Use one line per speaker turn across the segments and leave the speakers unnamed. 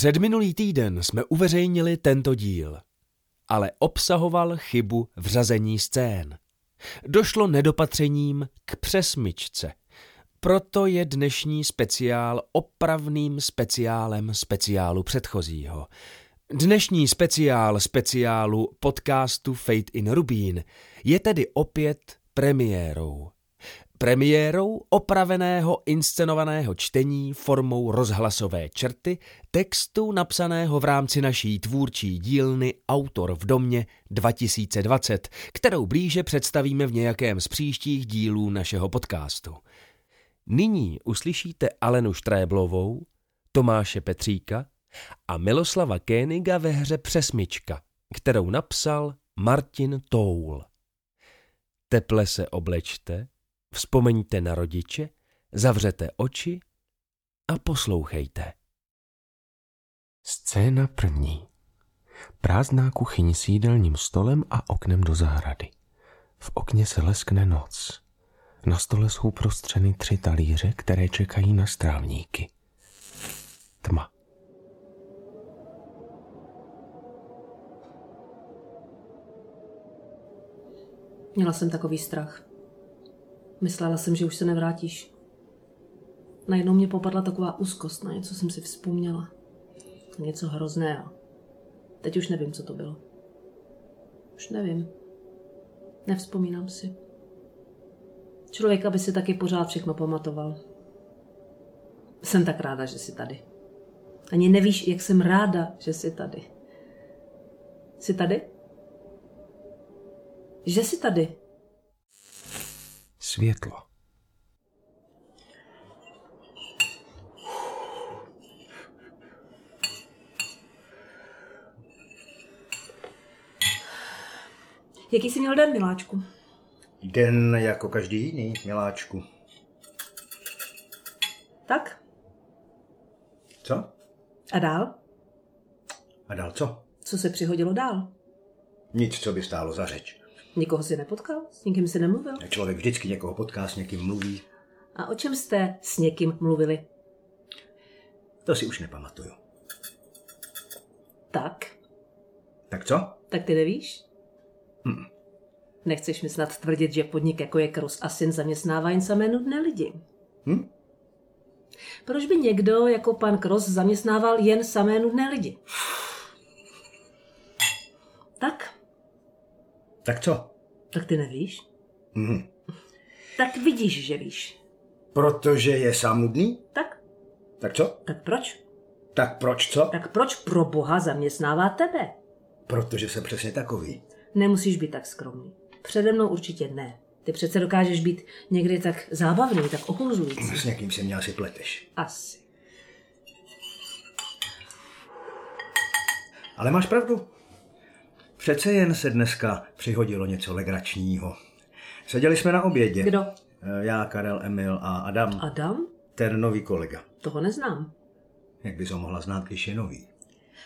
Předminulý týden jsme uveřejnili tento díl, ale obsahoval chybu v řazení scén. Došlo nedopatřením k přesmyčce. Proto je dnešní speciál opravným speciálem speciálu předchozího. Dnešní speciál speciálu podcastu Fate in Rubín je tedy opět premiérou. Premiérou opraveného inscenovaného čtení formou rozhlasové črty, textu napsaného v rámci naší tvůrčí dílny Autor v domě 2020, kterou blíže představíme v nějakém z příštích dílů našeho podcastu. Nyní uslyšíte Alenu Štréblovou, Tomáše Petříka a Miloslava Kéniga ve hře Přesmička, kterou napsal Martin Toul. Teple se oblečte, vzpomeňte na rodiče, zavřete oči a poslouchejte.
Scéna první. Prázdná kuchyň s jídelním stolem a oknem do zahrady. V okně se leskne noc. Na stole jsou prostřeny tři talíře, které čekají na strávníky. Tma.
Měla jsem takový strach. Myslela jsem, že už se nevrátíš. Najednou mě popadla taková úzkost, na něco jsem si vzpomněla. Na Něco hrozného. Teď už nevím, co to bylo. Už nevím. Nevzpomínám si. Člověk, aby si taky pořád všechno pamatoval. Jsem tak ráda, že jsi tady. Ani nevíš, jak jsem ráda, že jsi tady. Jsi tady? Že jsi tady?
Světlo.
Jaký jsi měl den, miláčku?
Den jako každý jiný, miláčku.
Tak?
Co?
A dál?
A dál co?
Co se přihodilo dál?
Nic, co by stálo za řeč.
Nikoho si nepotkal? S nikým si nemluvil?
Člověk vždycky někoho potká, s někým mluví.
A o čem jste s někým mluvili?
To si už nepamatuju.
Tak?
Tak co?
Tak ty nevíš?
Mm.
Nechceš mi snad tvrdit, že podnik jako je Krus a syn zaměstnává jen samé nudné lidi?
Hm?
Proč by někdo jako pan Kros zaměstnával jen samé nudné lidi? Tak?
Tak co?
Tak ty nevíš?
Hm.
Tak vidíš, že víš.
Protože je sám nudný?
Tak?
Tak co?
Tak proč?
Tak proč co?
Tak proč pro boha zaměstnává tebe?
Protože jsem přesně takový.
Nemusíš být tak skromný. Přede mnou určitě ne. Ty přece dokážeš být někdy tak zábavný, tak okouzlující.
S někým se mě asi pleteš.
Asi.
Ale máš pravdu. Přece jen se dneska přihodilo něco legračního. Seděli jsme na obědě.
Kdo?
Eh, Já, Karel, Emil a Adam.
Adam?
Ten nový kolega.
Toho neznám.
Jak bys ho mohla znát, když je nový?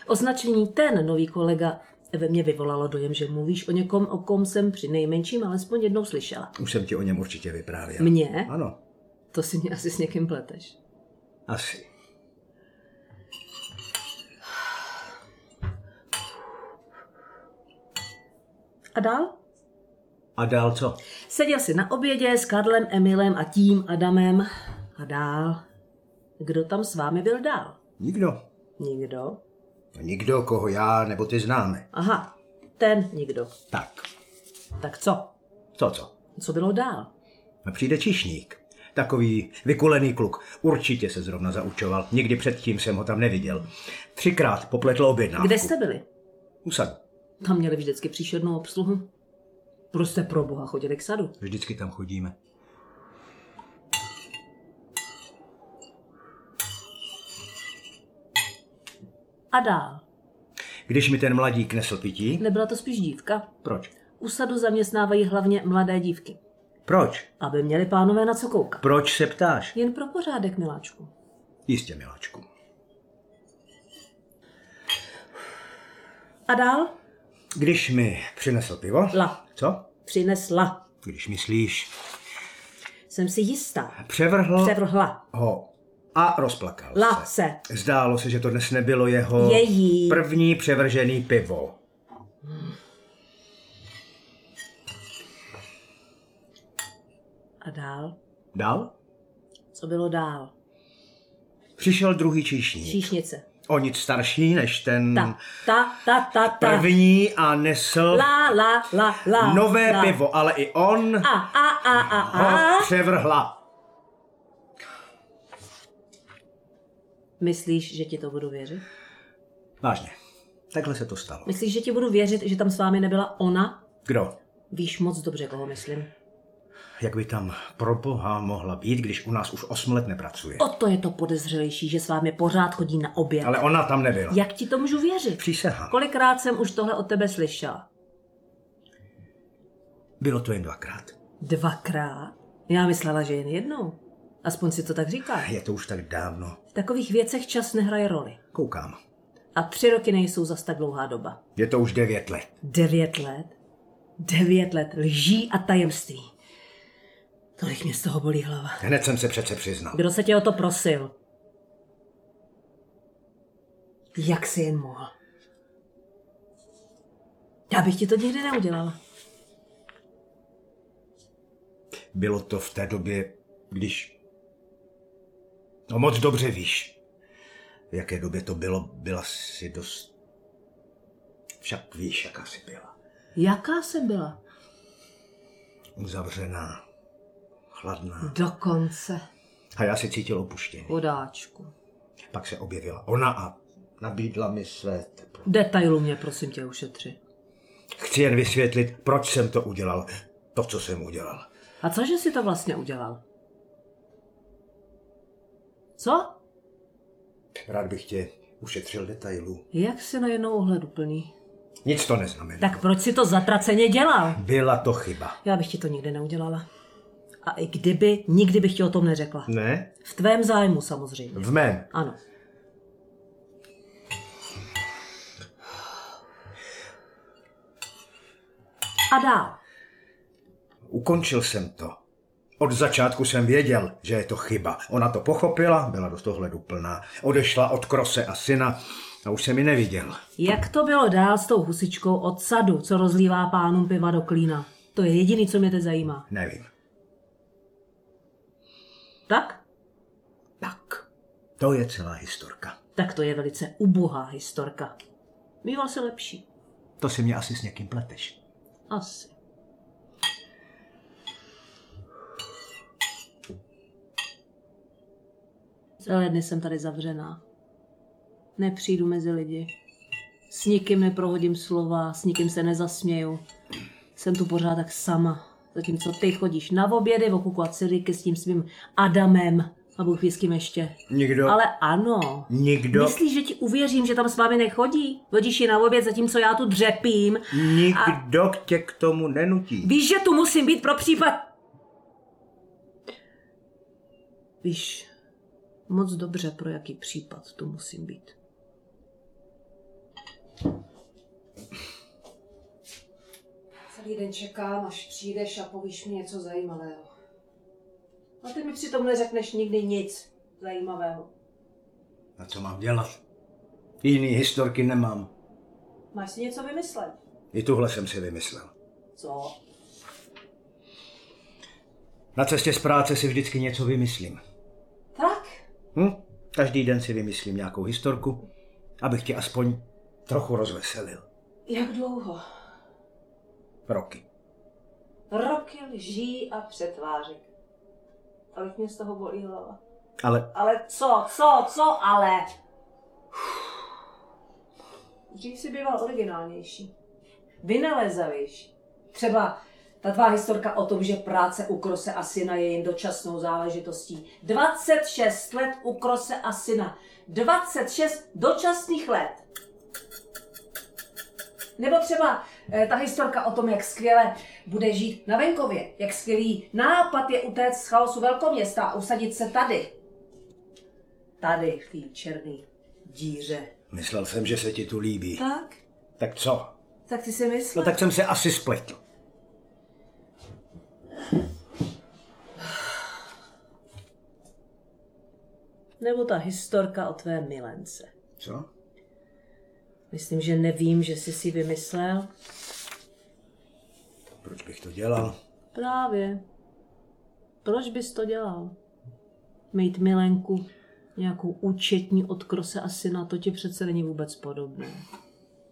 Označení ten nový kolega ve mně vyvolalo dojem, že mluvíš o někom, o kom jsem při nejmenším alespoň jednou slyšela.
Už jsem ti o něm určitě vyprávěl.
Mně?
Ano,
To si mě asi s někým pleteš.
asi.
A dál?
A dál co?
Seděl si na obědě s Karlem, Emilem a tím Adamem. A dál? Kdo tam s vámi byl dál?
Nikdo.
Nikdo.
No Nikdo, koho já nebo ty známe.
Aha, ten nikdo.
Tak,
Tak co?
co co?
Co bylo dál?
No Přijde čišník. Takový vykulený kluk. Určitě se zrovna zaučoval. Nikdy předtím jsem ho tam neviděl. Třikrát popletl objednávku.
Kde jste byli?
U sadu.
Tam měli vždycky příšernou obsluhu. Proč jste pro boha chodili k sadu?
Vždycky tam chodíme.
A dál?
Když mi ten mladík nesl pití...
Nebyla to spíš dívka?
Proč?
Usadu zaměstnávají hlavně mladé dívky,
Proč?
aby měli pánové na co koukat.
Proč se ptáš?
Jen pro pořádek, miláčku.
Jistě, miláčku.
A dál?
Když mi přinesl pivo...
La.
Co?
Přinesla.
Když myslíš...
Jsem si jistá.
Převrhl...
Převrhla.
ho a rozplakal
La
se.
se.
Zdálo se, že to dnes nebylo jeho
Její.
první převržený pivo.
A dál?
Dal?
Co bylo dál?
Přišel druhý číšník.
Číšnice.
O nic starší než ten
Ta, ta, ta, ta, ta.
Hmm. první a nesl
La, la, la, la.
nové
la.
pivo, ale i on
A, a, a, a, a.
ho převrhla.
Myslíš, že ti to budu věřit?
Vážně, takhle se to stalo.
Myslíš, že ti budu věřit, že tam s vámi nebyla ona?
Kdo?
Víš moc dobře, koho myslím.
Jak by tam pro boha mohla být, když u nás už 8 let nepracuje?
O to je to podezřelejší, že s vámi pořád chodí na oběd.
Ale ona tam nebyla.
Jak ti to můžu věřit?
Přísahám.
Kolikrát jsem už tohle od tebe slyšela?
Bylo to jen dvakrát.
Dvakrát? Já myslela, že jen jednou. Aspoň si to tak říká.
Je to už tak dávno.
V takových věcech čas nehraje roli.
Koukám.
A tři roky nejsou zas tak dlouhá doba.
Je to už devět let.
Devět let. Devět let lží a tajemství. Tolik mě z toho bolí hlava.
Hned jsem se přece přiznal.
Kdo se tě o to prosil? Jak si jen mohl? Já bych ti to nikdy neudělala.
Bylo to v té době, když... No moc dobře víš. V jaké době to bylo, byla si dost... Však víš, jaká si byla.
Jaká jsem byla?
Uzavřená, chladná.
Dokonce.
A já si cítil opuštěný.
Podáčku.
Pak se objevila ona a nabídla mi své teplo.
Detailu mě prosím tě ušetři.
Chci jen vysvětlit, proč jsem to udělal. To, co jsem udělal.
A cože jsi to vlastně udělal? Co?
Rád bych tě ušetřil detailů.
Jak jsi najednou ohleduplný?
Nic to neznamená.
Tak proč si to zatraceně dělal?
Byla to chyba.
Já bych ti to nikdy neudělala. A i kdyby, nikdy bych ti o tom neřekla.
Ne?
V tvém zájmu samozřejmě.
V mém.
Ano. A dál.
Ukončil jsem to. Od začátku jsem věděl, že je to chyba. Ona to pochopila, byla dost ohledu plná. Odešla od Krose a syna a už jsem ji neviděl.
Jak to bylo dál s tou husičkou od sadu, co rozlívá pánům piva do klína? To je jediný, co mě teď zajímá.
Nevím.
Tak?
Tak. To je celá historka.
Tak to je velice ubohá historka. Mýval se lepší.
To si mě asi s někým pleteš.
Asi. Celé dny jsem tady zavřená. Nepřijdu mezi lidi. S nikým neprohodím slova, s nikým se nezasměju. Jsem tu pořád tak sama. Zatímco ty chodíš na obědy, okukovat ciriky s tím svým Adamem. A Bůh ví s kým ještě.
Nikdo.
Ale ano.
Nikdo.
Myslíš, že ti uvěřím, že tam s vámi nechodí? Vodíš ji na oběd, zatímco já tu dřepím.
Nikdo a... tě k tomu nenutí.
Víš, že tu musím být pro případ... Víš moc dobře, pro jaký případ tu musím být. Celý den čekám, až přijdeš a povíš mi něco zajímavého. A ty mi přitom neřekneš nikdy nic zajímavého.
Na co mám dělat? Jiný historky nemám.
Máš si něco vymyslet?
I tuhle jsem si vymyslel.
Co?
Na cestě z práce si vždycky něco vymyslím.
Tak,
Hm? Každý den si vymyslím nějakou historku, abych tě aspoň trochu rozveselil.
jak dlouho?
Roky.
Roky lží a přetvářek. Tolik mě z toho bolí hlava.
Ale
Ale co, co, co, ale? Dřív si býval originálnější. Vynalezavější. Třeba ta tvá historka o tom, že práce u Krose a syna je jen dočasnou záležitostí. 26 let u Krose a syna. 26 dočasných let. Nebo třeba eh, ta historka o tom, jak skvěle bude žít na venkově, jak skvělý nápad je utéct z chaosu velkoměsta a usadit se tady. Tady, v té černé díře.
myslel jsem, že se ti tu líbí.
Tak?
Tak co?
Tak ty si myslíš?
No tak jsem se asi spletl.
Nebo ta historka o tvé milence.
Co?
Myslím, že nevím, že jsi si vymyslel.
Proč bych to dělal?
Právě. Proč bys to dělal? Mít milenku, nějakou účetní od krose a syna, to ti přece není vůbec podobné.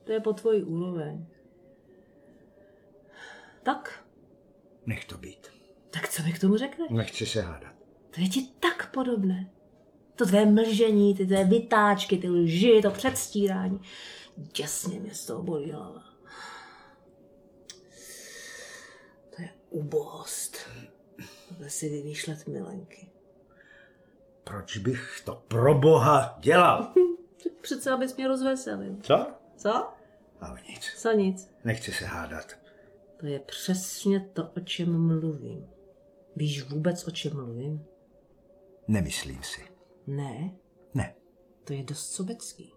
To je po tvoji úroveň. Tak,
Nech to být.
tak co mi k tomu řekneš?
Nechci se hádat.
To je ti tak podobné. To tvé mlžení, ty tvé vytáčky, ty lži, to předstírání. Děsně mě z toho bolí hlava. To je ubohost. Tohle si vymýšlet milenky.
Proč bych to pro boha dělal?
Přece, abys mě rozveselil.
Co?
Co?
Ale nic.
Co nic.
Nechci se hádat.
To je přesně to, o čem mluvím. Víš vůbec, o čem mluvím?
Nemyslím si.
Ne,
Ne.
to je dost sobecký.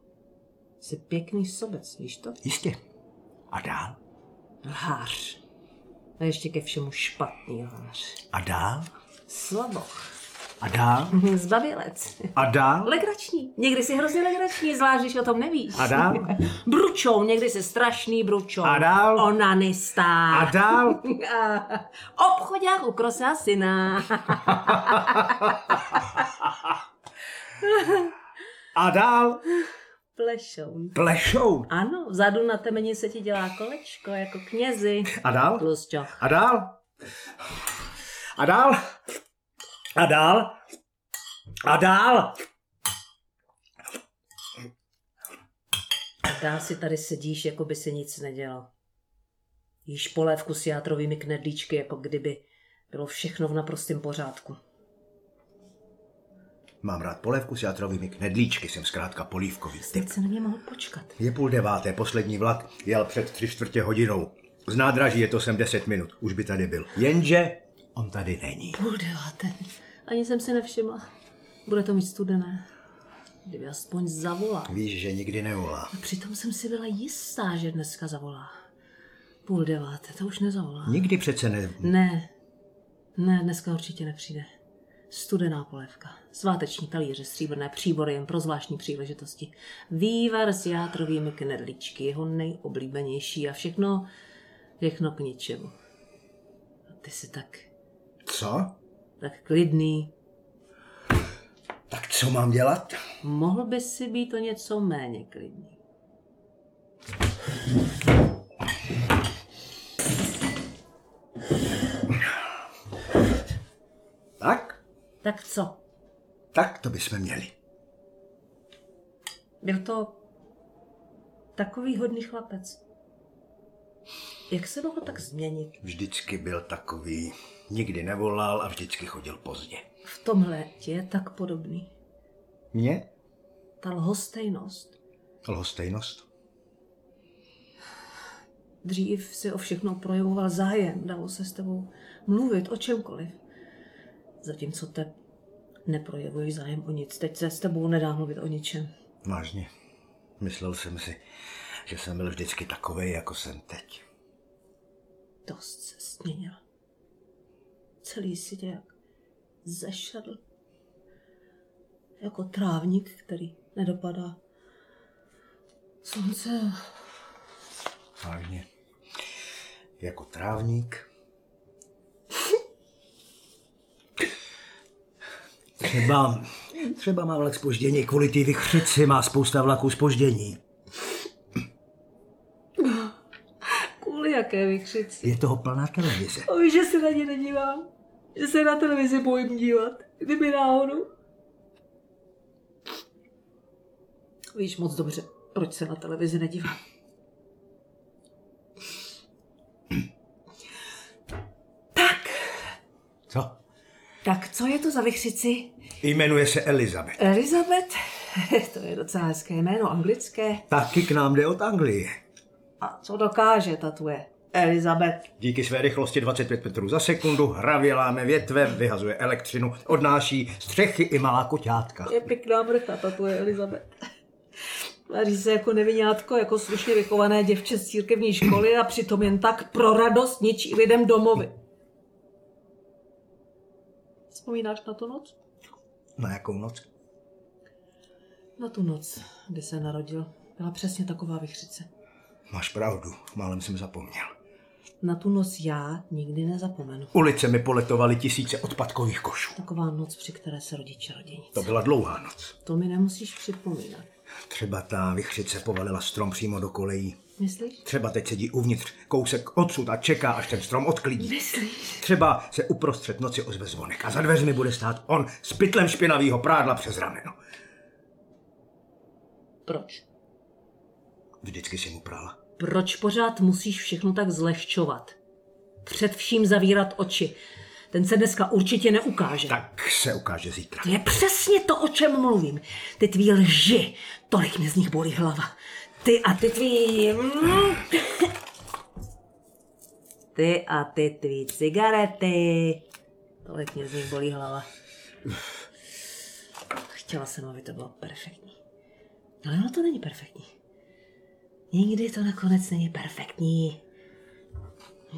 Jsi pěkný sobec, víš to?
Jistě. A dál?
Lhář. A ještě ke všemu špatný lhář.
A dál?
Slaboch.
A dál?
Zbabilec.
A dál?
Legrační. Mhm, Někdy si hrozně legrační, zvlášť, když o tom nevíš.
A dál?
Bručou, někdy se strašný bručou.
A dál?
Onanista.
A dál?
Obchodák u krosa syna.
A dál?
Plešoun.
Plešou.
Ano, vzadu na temeni se ti dělá kolečko, jako knězi.
A dál?
Tlusťo.
A dál? A dál? A dál? A dál?
Dá si tady sedíš, jako by se nic nedělo. Jíš polévku s játrovými knedlíčky, jako kdyby bylo všechno v naprostém pořádku.
Mám rád polévku s játrovými knedlíčky, jsem zkrátka polívkový typ.
Teď se na mě mohl počkat.
Je půl deváté, poslední vlak jel před tři čtvrtě hodinou. Z nádraží je to sem deset minut, už by tady byl. Jenže on tady není.
Půl deváté. Ani jsem si nevšimla. Bude to mít studené. Kdyby aspoň zavolal.
Víš, že nikdy nevolá.
A přitom jsem si byla jistá, že dneska zavolá. Půl deváté, to už nezavolá.
Nikdy přece ne...
Ne, ne, dneska určitě nepřijde. Studená polévka, sváteční talíře, stříbrné příbory jen pro zvláštní příležitosti, vývar s játrovými knedličky, jeho nejoblíbenější a všechno, všechno k ničemu. A ty jsi tak,
Co?
tak klidný,
Tak co mám dělat?
mohl by si být o něco méně klidný.
Tak?
Tak co,
Tak to bychom měli.
byl to takový hodný chlapec. Jak se mohl tak změnit?
Vždycky byl takový. Nikdy nevolal a vždycky chodil pozdě.
V tomhle ti je tak podobný.
Mně?
Ta lhostejnost.
Lhostejnost?
Dřív si o všechno projevoval zájem, dalo se s tebou mluvit o čemkoliv. Zatímco te neprojevuješ zájem o nic. Teď se s tebou nedá mluvit o ničem.
Vážně. Myslel jsem si, že jsem byl vždycky takový, jako jsem teď.
Dost se změnil. Celý si tě jak zešadl. Jako trávník, který nedopadá slunce.
Vážně. Jako trávník. Třeba, třeba mám vlak spoždění, kvůli té vychřici má spousta vlaků spoždění.
Kvůli jaké vykřici.
Je toho plná televize.
A víš, že se na ně nedívám. Že se na televizi bojím dívat. Kdyby náhodou. Víš moc dobře, proč se na televizi nedívám.
Co?
Tak co je to za vychřici?
Jmenuje se Elizabeth.
Elizabeth? To je docela hezké jméno, anglické.
Taky k nám jde od Anglie.
A co dokáže tatuje? Elizabeth.
Díky své rychlosti 25 metrů za sekundu hravě láme větve, vyhazuje elektřinu, odnáší střechy i malá koťátka.
Je pěkná mrcha, tatuje Elizabeth. Tváří se jako nevinátko, jako slušně vychované děvče z církevní školy a přitom jen tak pro radost ničí lidem domovy. Vzpomínáš na tu noc?
Na jakou noc?
Na tu noc, kdy se narodil, byla přesně taková vychřice.
Máš pravdu, málem jsem zapomněl.
Na tu noc já nikdy nezapomenu.
Ulice mi poletovaly tisíce odpadkových košů.
Taková noc, při které se rodiče rodí nic.
To byla dlouhá noc.
To mi nemusíš připomínat.
Třeba ta vychřice povalila strom přímo do kolejí.
Myslíš?
Třeba teď sedí uvnitř kousek odsud a čeká, až ten strom odklidí.
Myslíš?
Třeba se uprostřed noci ozve zvonek a za dveřmi bude stát on s pytlem špinavého prádla přes rameno.
Proč?
Vždycky si mu prala.
Proč pořád musíš všechno tak zlehčovat? Před vším zavírat oči. Ten se dneska určitě neukáže.
Tak se ukáže zítra.
To je přesně to, o čem mluvím. Ty tvý lži, tolik mě z nich bolí hlava. Ty a ty tvý... mm. Ty a ty tvý cigarety. Tolik mě z nich bolí hlava. Chtěla jsem, aby to bylo perfektní. Ale ono to není perfektní. Nikdy to nakonec není perfektní.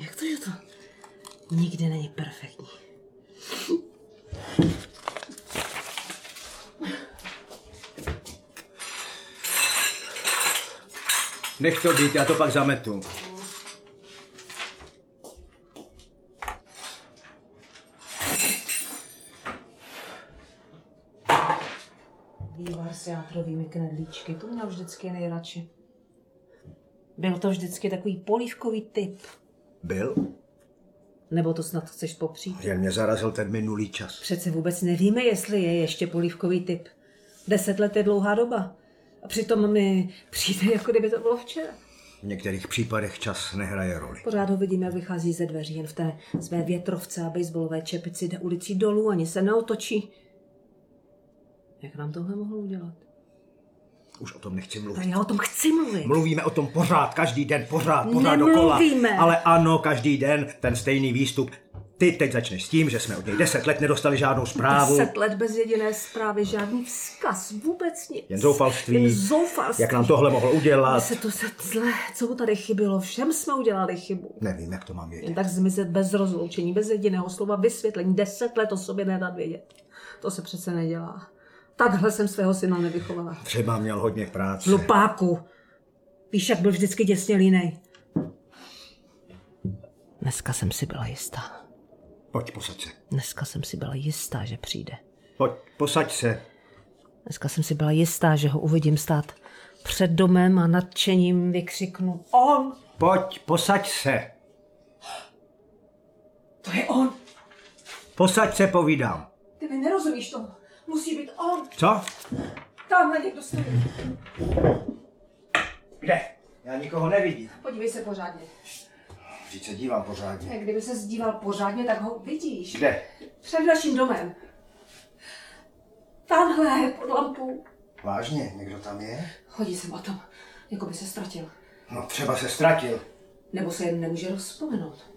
Jak to, že to nikdy není perfektní?
Nech to být, já to pak zametu.
Vývar s játrovými knedlíčky, to měl vždycky nejradši. Byl to vždycky takový polívkový typ.
Byl?
Nebo to snad chceš popřít?
Jen mě zarazil ten minulý čas.
Přece vůbec nevíme, jestli je ještě polívkový typ. Deset let je dlouhá doba. A přitom mi přijde, jako kdyby to bylo včera.
V některých případech čas nehraje roli.
Pořád ho vidím, jak vychází ze dveří, jen v té své větrovce a baseballové čepici jde ulicí dolů, ani se neotočí. Jak nám tohle mohl udělat?
Už o tom nechci
A
mluvit.
já o tom chci mluvit.
Mluvíme o tom pořád, každý den, pořád, pořád dokola.
Nemluvíme.
Ale ano, každý den ten stejný výstup. Ty teď začneš s tím, že jsme od něj deset let nedostali žádnou zprávu.
Deset let bez jediné zprávy, žádný vzkaz, vůbec nic.
Jen zoufalství.
Jen zoufalství.
Jak nám tohle mohlo udělat?
Mně se to se zle, co mu tady chybělo, všem jsme udělali chybu.
Nevím, jak to mám vědět.
Jen tak zmizet bez rozloučení, bez jediného slova vysvětlení, deset let o sobě nedat vědět. To se přece nedělá. Takhle jsem svého syna nevychovala.
Třeba měl hodně práce.
No. Hlupáku. Víš, jak byl vždycky děsně línej. Dneska jsem si byla jistá.
Pojď, posaď se.
Dneska jsem si byla jistá, že přijde.
Pojď, posaď se.
Dneska jsem si byla jistá, že ho uvidím stát před domem a nadšením vykřiknu On!
Pojď, posaď se.
To je on!
Posaď se, povídám.
Ty mi nerozumíš tomu. Musí být on.
Co?
Tamhle někdo stojí.
Kde? Já nikoho nevidím.
Podívej se pořádně.
Vždyť se dívám pořádně.
Ne, Kdyby se zdíval pořádně, tak ho vidíš.
Kde?
Před naším domem. Tamhle, pod lampou.
Vážně, někdo tam je?
Hodí se o tom, jako by se ztratil.
No, třeba se ztratil.
Nebo se jen nemůže rozpomenout.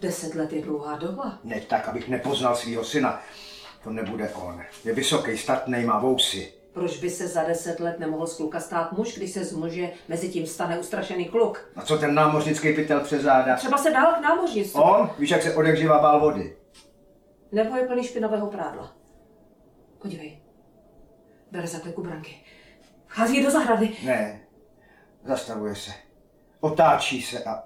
Deset let je dlouhá doba.
Ne tak, abych nepoznal svého syna. To nebude on. Je vysoký, statný, má vousy.
Proč by se za deset let nemohl z kluka stát muž, když se z muže mezi tím stane ustrašený kluk?
A co ten námořnický pytel přes záda?
Třeba se dál k námořnictvu.
On? Víš, jak se odehřívá bál vody?
Nebo je plný špinavého prádla. Podívej. Bere zakliku branky. Vchází do zahrady.
Ne. Zastavuje se. Otáčí se a...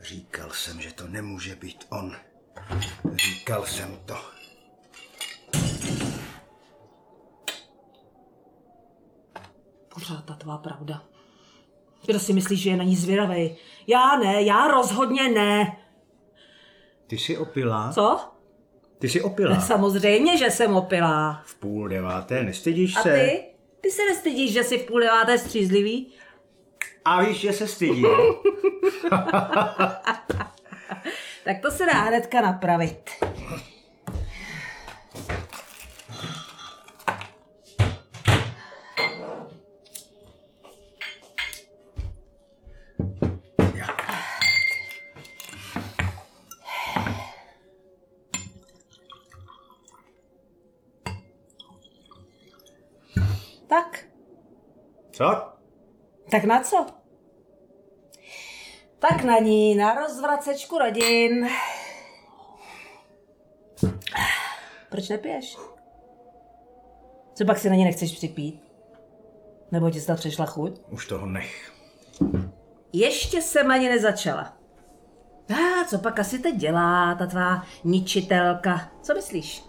Říkal jsem, že to nemůže být on. Říkal jsem to.
Pořád ta tvá pravda. Kdo si myslí, že je na ní zvědavej? Já ne, já rozhodně ne.
Ty jsi opilá?
Co?
Ty jsi opilá.
Samozřejmě, že jsem opilá.
V půl deváté, nestydíš
A
se?
ty? Ty se nestydíš, že jsi v půl deváté střízlivý?
A víš, že se stydím.
Tak to se dá hnedka napravit. Tak,
Co?
tak na co? Tak na ní, na rozvracečku rodin. Proč nepiješ? Co pak si na ní nechceš připít? Nebo ti snad přišla chuť?
Už toho nech.
Ještě jsem ani nezačala. A co pak asi teď dělá ta tvá ničitelka? Co myslíš?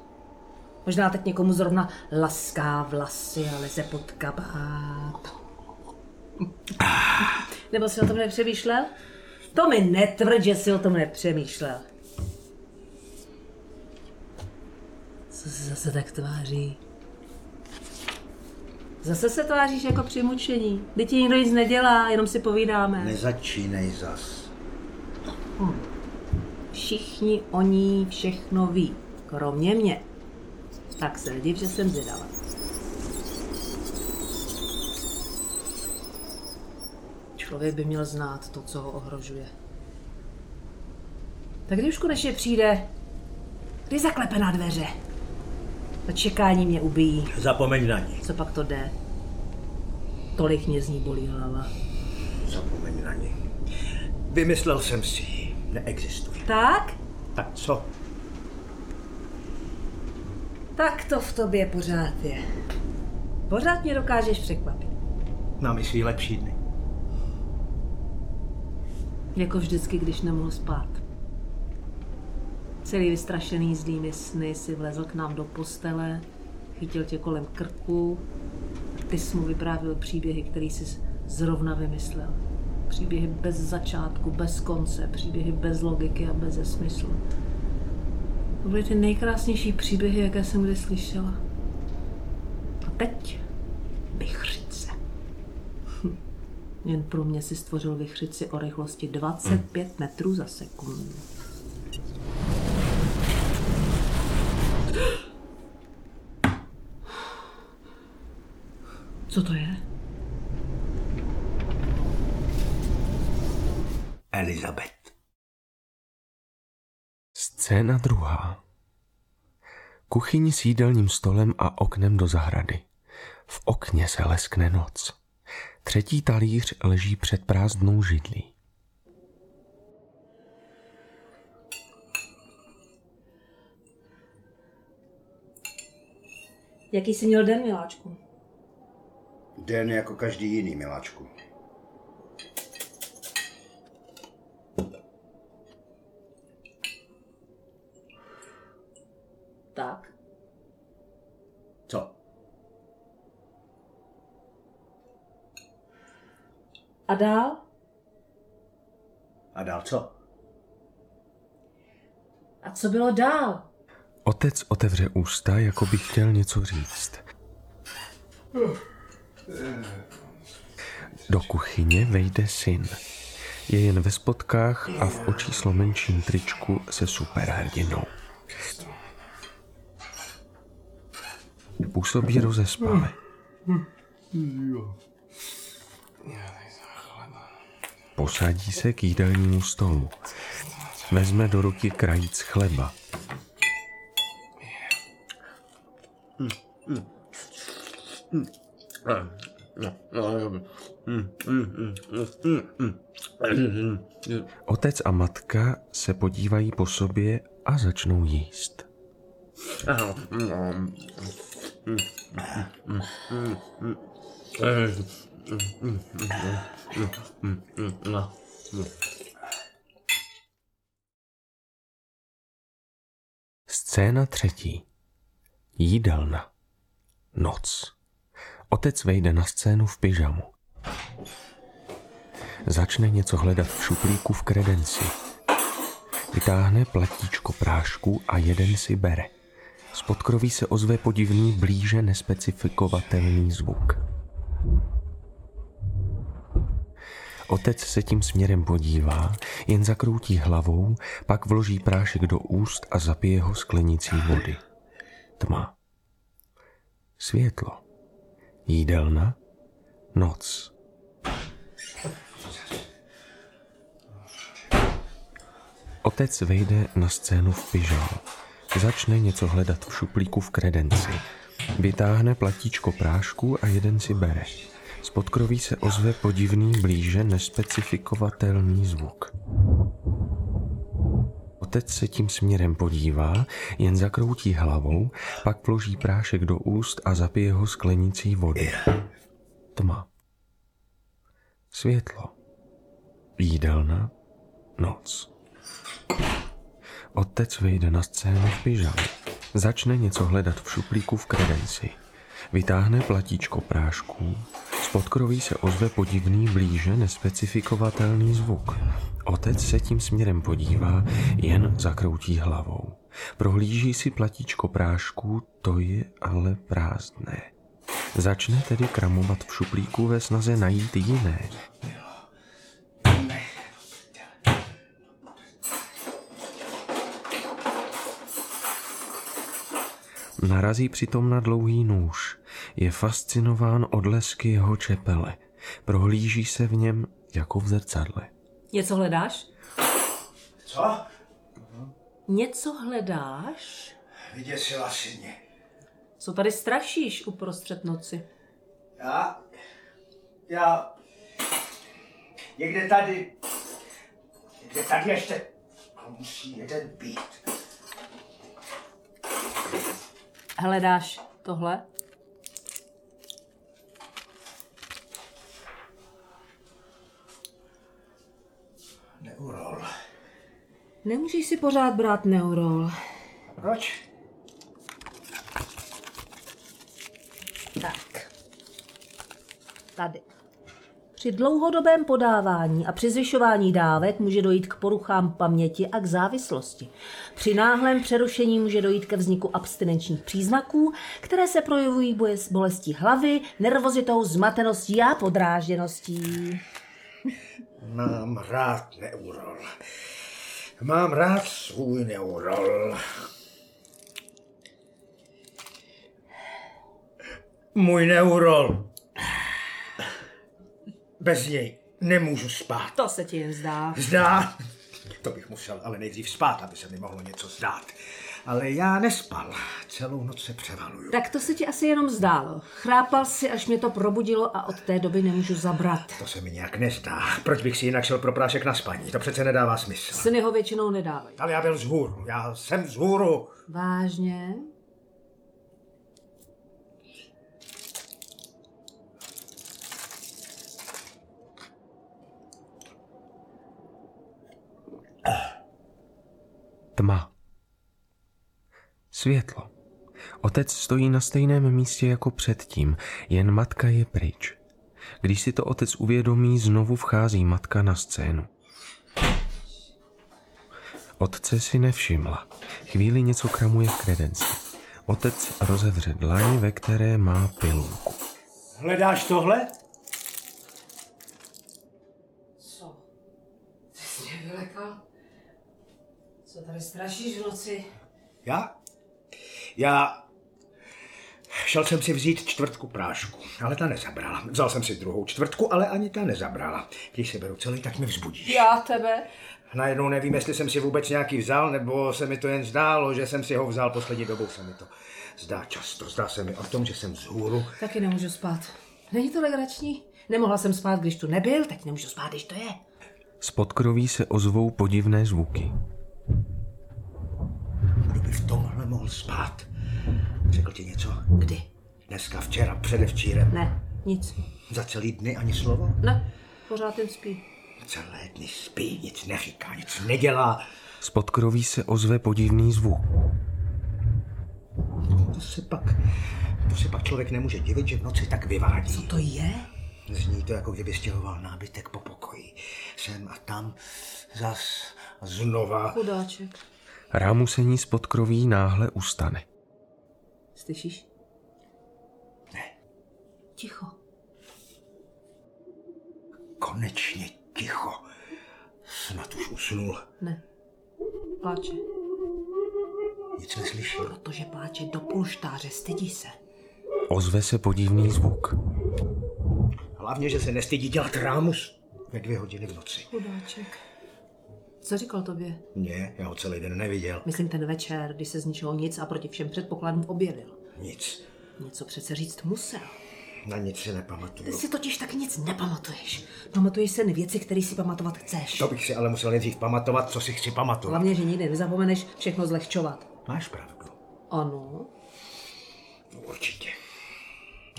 Možná teď někomu zrovna laská vlasy a leze pod kabát. Nebo si o tom nepřemýšlel? To mi netvrd, že si o tom nepřemýšlel. Co se zase tak tváří? Zase se tváříš jako přimučení. Teď ti nikdo nic nedělá, jenom si povídáme.
Nezačínej zas.
Všichni o ní všechno ví, kromě mě. Tak se div, že jsem zvědavá. Člověk by měl znát to, co ho ohrožuje. Tak kdy už konečně přijde? Kdy zaklepe na dveře? To čekání mě ubíjí.
Zapomeň na ní.
Co pak to jde? Tolik mě z ní bolí hlava.
Zapomeň na ní. Vymyslel jsem si ji. Neexistuje.
Tak?
Tak co?
Tak to v tobě pořád je. Pořád mě dokážeš překvapit.
Na myslí lepší dny.
Jako vždycky, když nemohl spát. Celý vystrašený zlými sny si vlezl k nám do postele, chytil tě kolem krku a ty jsi mu vyprávěl příběhy, který jsi zrovna vymyslel. Příběhy bez začátku, bez konce, příběhy bez logiky a bez smyslu. To byly ty nejkrásnější příběhy, jaké jsem kdy slyšela. A teď vychřice. Hm. Jen pro mě si stvořil vychřici o rychlosti 25 metrů za sekundu. Co to je?
Elizabeth.
Scéna druhá. Kuchyň s jídelním stolem a oknem do zahrady. V okně se leskne noc. Třetí talíř leží před prázdnou židlí.
Jaký jsi měl den, miláčku?
Den jako každý jiný, miláčku.
Tak.
Co?
A dál?
A dál co?
A co bylo dál?
Otec otevře ústa, jako by chtěl něco říct. Do kuchyně vejde syn. Je jen ve spotkách a v očíslo menším tričku se superhrdinou. Působí rozespale. Posadí se k jídelnímu stolu. Vezme do ruky krajíc chleba. Otec a matka se podívají po sobě a začnou jíst. Scéna třetí. Jídelna. Noc. Otec vejde na scénu v pyžamu. Začne něco hledat v šuplíku v kredenci. Vytáhne platíčko prášku a jeden si bere. Z podkroví se ozve podivný, blíže nespecifikovatelný zvuk. Otec se tím směrem podívá, jen zakroutí hlavou, pak vloží prášek do úst a zapije ho sklenicí vody. Tma. Světlo. Jídelna. Noc. Otec vejde na scénu v pyžamu. Začne něco hledat v šuplíku v kredenci. Vytáhne platíčko prášku a jeden si bere. Z podkroví se ozve podivný, blíže nespecifikovatelný zvuk. Otec se tím směrem podívá, jen zakroutí hlavou, pak vloží prášek do úst a zapije ho sklenicí vody. Tma. Světlo. Jídelna. Noc. Otec vyjde na scénu v pyžamě. Začne něco hledat v šuplíku v kredenci. Vytáhne platíčko prášků. Z podkroví se ozve podivný, blíže nespecifikovatelný zvuk. Otec se tím směrem podívá, jen zakroutí hlavou. Prohlíží si platíčko prášků, to je ale prázdné. Začne tedy kramovat v šuplíku ve snaze najít jiné. Narazí přitom na dlouhý nůž. Je fascinován odlesky jeho čepele. Prohlíží se v něm jako v zrcadle.
Něco hledáš?
Co?
Něco hledáš?
Vyděsila si mě.
Co tady strašíš uprostřed noci?
Já? Já... Někde tady... Někde tady ještě... Musí jeden být.
Hledáš tohle?
Neurol.
Nemůžeš si pořád brát neurol.
Proč?
Tak. Tady. Při dlouhodobém podávání a při zvyšování dávek může dojít k poruchám paměti a k závislosti. Při náhlém přerušení může dojít ke vzniku abstinenčních příznaků, které se projevují boje s bolestí hlavy, nervozitou, zmateností a podrážděností.
Mám rád neurol. Mám rád svůj neurol. Můj neurol. Bez něj nemůžu spát.
To se ti jen zdá.
Zdá? To bych musel ale nejdřív spát, aby se mi mohlo něco zdát. Ale já nespal. Celou noc se převaluju.
Tak to se ti asi jenom zdálo. Chrápal si, až mě to probudilo a od té doby nemůžu zabrat.
To se mi nějak nezdá. Proč bych si jinak šel pro prášek na spaní? To přece nedává smysl.
Sny ho většinou nedávají.
Ale já byl z hůru. Já jsem z hůru.
Vážně?
Tma. Světlo. Otec stojí na stejném místě jako předtím, jen matka je pryč. Když si to otec uvědomí, znovu vchází matka na scénu. Otce si nevšimla. Chvíli něco kramuje v kredenci. Otec rozevře dlaň, ve které má pilulku.
Hledáš tohle?
Co? Ty jsi mě vylekal? Co tady strašíš v noci?
Já? Já... Šel jsem si vzít čtvrtku prášku, ale ta nezabrala. Vzal jsem si druhou čtvrtku, ale ani ta nezabrala. Když se beru celý, tak mi vzbudíš.
Já tebe?
Najednou nevím, jestli jsem si vůbec nějaký vzal, nebo se mi to jen zdálo, že jsem si ho vzal poslední dobou, se mi to zdá často. Zdá se mi o tom, že jsem z hůru.
Taky nemůžu spát. Není to legrační? Nemohla jsem spát, když tu nebyl, tak nemůžu spát, když to je.
Z podkroví se ozvou podivné zvuky.
Kdo by v tomhle mohl spát? Řekl ti něco?
Kdy?
Dneska, včera, předevčírem.
Ne, nic.
Za celý dny ani slovo?
Ne, pořád jen spí.
Celé dny spí, nic neříká, nic nedělá.
Z podkroví se ozve podivný zvuk.
To se pak, to se pak člověk nemůže divit, že v noci tak vyvádí.
To je?
Zní to, jako kdyby stěhoval nábytek po pokoji. Sem a tam, zas a znova.
Chudáček.
Rámusení z podkroví náhle ustane.
Slyšíš?
Ne,
Ticho.
konečně ticho. Snad už usnul.
Ne. Pláče.
Nic neslyším.
Protože pláče do polštáře, stydí se.
Ozve se podivný zvuk.
Hlavně, že se nestydí dělat rámus ve dvě hodiny v noci.
Chudáček. Co říkal tobě?
Ne, já ho celý den neviděl.
Myslím ten večer, kdy se z ničeho nic a proti všem předpokladům objevil.
Nic.
Něco přece říct musel.
Na nic si nepamatuju.
Ty si totiž tak nic nepamatuješ. Pamatuješ se jen věci, které si pamatovat chceš.
To bych si ale musel nejdřív pamatovat, co si chci pamatovat.
Hlavně, že nikdy nezapomeneš všechno zlehčovat.
Máš pravdu.
Ano.
No, Určitě.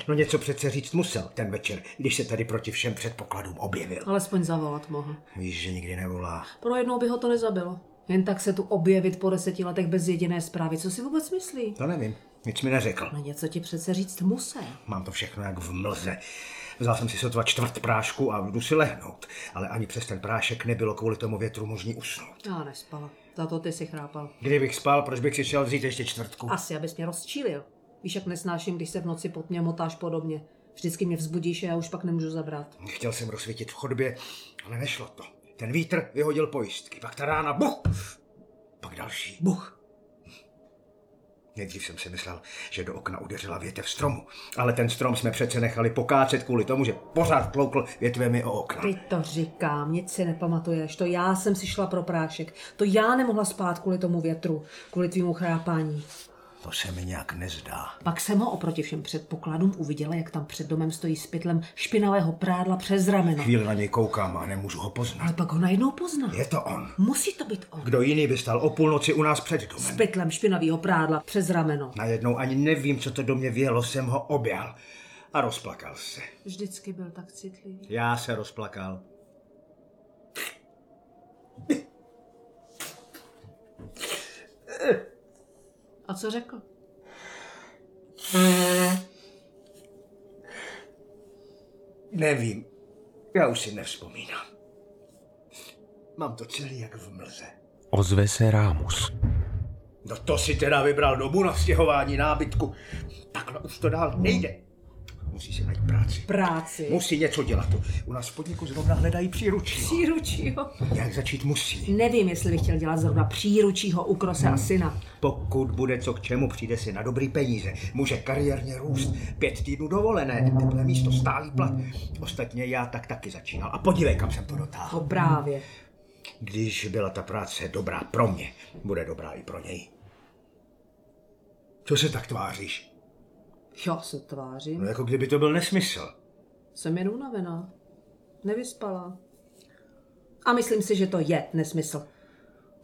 No něco přece říct musel ten večer, když se tady proti všem předpokladům objevil.
Alespoň zavolat mohl.
Víš, že nikdy nevolá.
Pro jednou by ho to nezabilo. Jen tak se tu objevit po deseti letech bez jediné zprávy. Co si vůbec myslí?
To nevím, nic mi neřekl.
No něco ti přece říct musel.
Mám to všechno jak v mlze. Vzal jsem si sotva čtvrt prášku a jdu si lehnout. Ale ani přes ten prášek nebylo kvůli tomu větru možný usnout.
Já nespala. Za to ty si chrápal.
Kdybych spal, proč bych si šel vzít ještě čtvrtku?
Asi, abys mě rozčílil. Víš, jak nesnáším, když se v noci pod mě motáš podobně. Vždycky mě vzbudíš a já už pak nemůžu zabrat.
Chtěl jsem rozsvítit v chodbě, ale nešlo to. Ten vítr vyhodil pojistky, pak ta rána, buch! Pak další, buch! Nejdřív jsem si myslel, že do okna udeřila větev stromu, ale ten strom jsme přece nechali pokácet kvůli tomu, že pořád tloukl větvemi o okna.
Ty to říkám, nic si nepamatuješ. To já jsem si šla pro prášek. To já nemohla spát kvůli tomu větru, kvůli tvýmu chrápání.
To se mi nějak nezdá.
Pak jsem ho oproti všem předpokladům uviděla, jak tam před domem stojí s pytlem špinavého prádla přes rameno.
Chvíli na něj koukám a nemůžu ho
Ale
poznat.
pak ho najednou pozná.
Je to on.
Musí to být on.
Kdo jiný by stál o půlnoci u nás před
S
domem?
pytlem špinavého prádla přes rameno.
Najednou ani nevím, co to do mě vělo, jsem ho objal. A rozplakal se.
Vždycky byl tak citlivý.
Já se rozplakal.
A co řekl?
Nevím. Já už si nevzpomínám. Mám to celý jak v mlze.
Ozve se Rámus.
No to si teda vybral dobu na stěhování nábytku. Takhle už to dál nejde. Musí si najít práci.
Práci.
Musí něco dělat. U nás v podniku zrovna hledají příručí.
Příručího.
Jak začít musí.
Nevím, jestli bych chtěl dělat zrovna příručího u Krose a syna.
Pokud bude co k čemu, přijde si na dobrý peníze. Může kariérně růst. Pět týdnů dovolené, teplé místo, stálý plat. Ostatně já tak taky začínal. A podívej, kam jsem to dotáhl.
To právě.
Když byla ta práce dobrá pro mě, bude dobrá i pro něj. Co se tak tváříš?
Já se tvářím.
No jako kdyby to byl nesmysl.
Jsem jen unavená. Nevyspala. A myslím si, že to je nesmysl.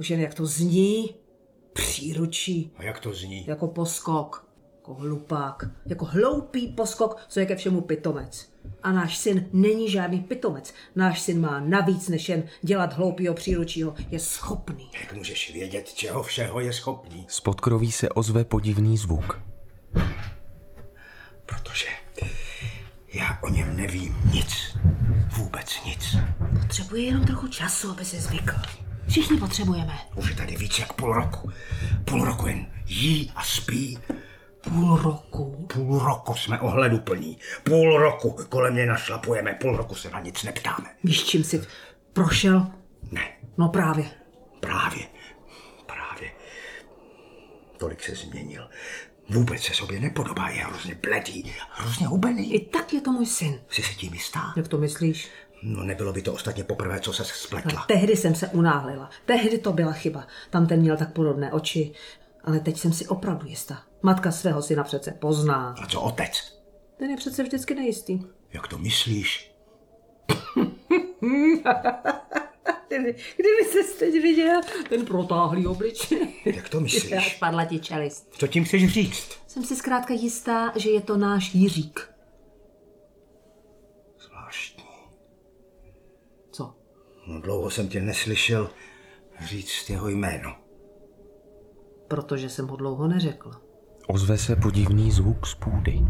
Už jen jak to zní, příručí,
A jak to zní?
jako poskok, jako hlupák, jako hloupý poskok, co je ke všemu pitomec. A náš syn není žádný pitomec. Náš syn má navíc než jen dělat hloupýho příručího. Je schopný.
Jak můžeš vědět, čeho všeho je schopný?
Z podkroví se ozve podivný zvuk.
Protože já o něm nevím nic. Vůbec nic.
Potřebuje jenom trochu času, aby se zvykl. Všichni potřebujeme.
Už je tady víc jak půl roku. Půl roku jen jí a spí.
Půl roku.
Půl roku jsme ohledu plní. Půl roku kolem mě našlapujeme. Půl roku se na nic neptáme.
Víš, čím si prošel?
Ne,
No právě.
Právě, právě. Tolik se změnil. Vůbec se sobě nepodobá, je hrozně bledý, hrozně hubený.
I tak je to můj syn.
Jsi si tím jistá?
Jak to myslíš?
No nebylo by to ostatně poprvé, co se
A
spletla.
tehdy jsem se unáhlila. Tehdy to byla chyba. Tam ten měl tak podobné oči. Ale teď jsem si opravdu jistá. Matka svého syna přece pozná.
A co otec?
Ten je přece vždycky nejistý.
Jak to myslíš?
Kdyby, kdyby se teď viděl ten protáhlý obličej.
Jak to myslíš?
Padla ti čelist.
Co tím chceš říct?
Jsem si zkrátka jistá, že je to náš Jiřík.
Zvláštní.
Co?
No dlouho jsem tě neslyšel říct jeho jméno.
Protože jsem ho dlouho neřekla.
Ozve se podivný zvuk z půdy.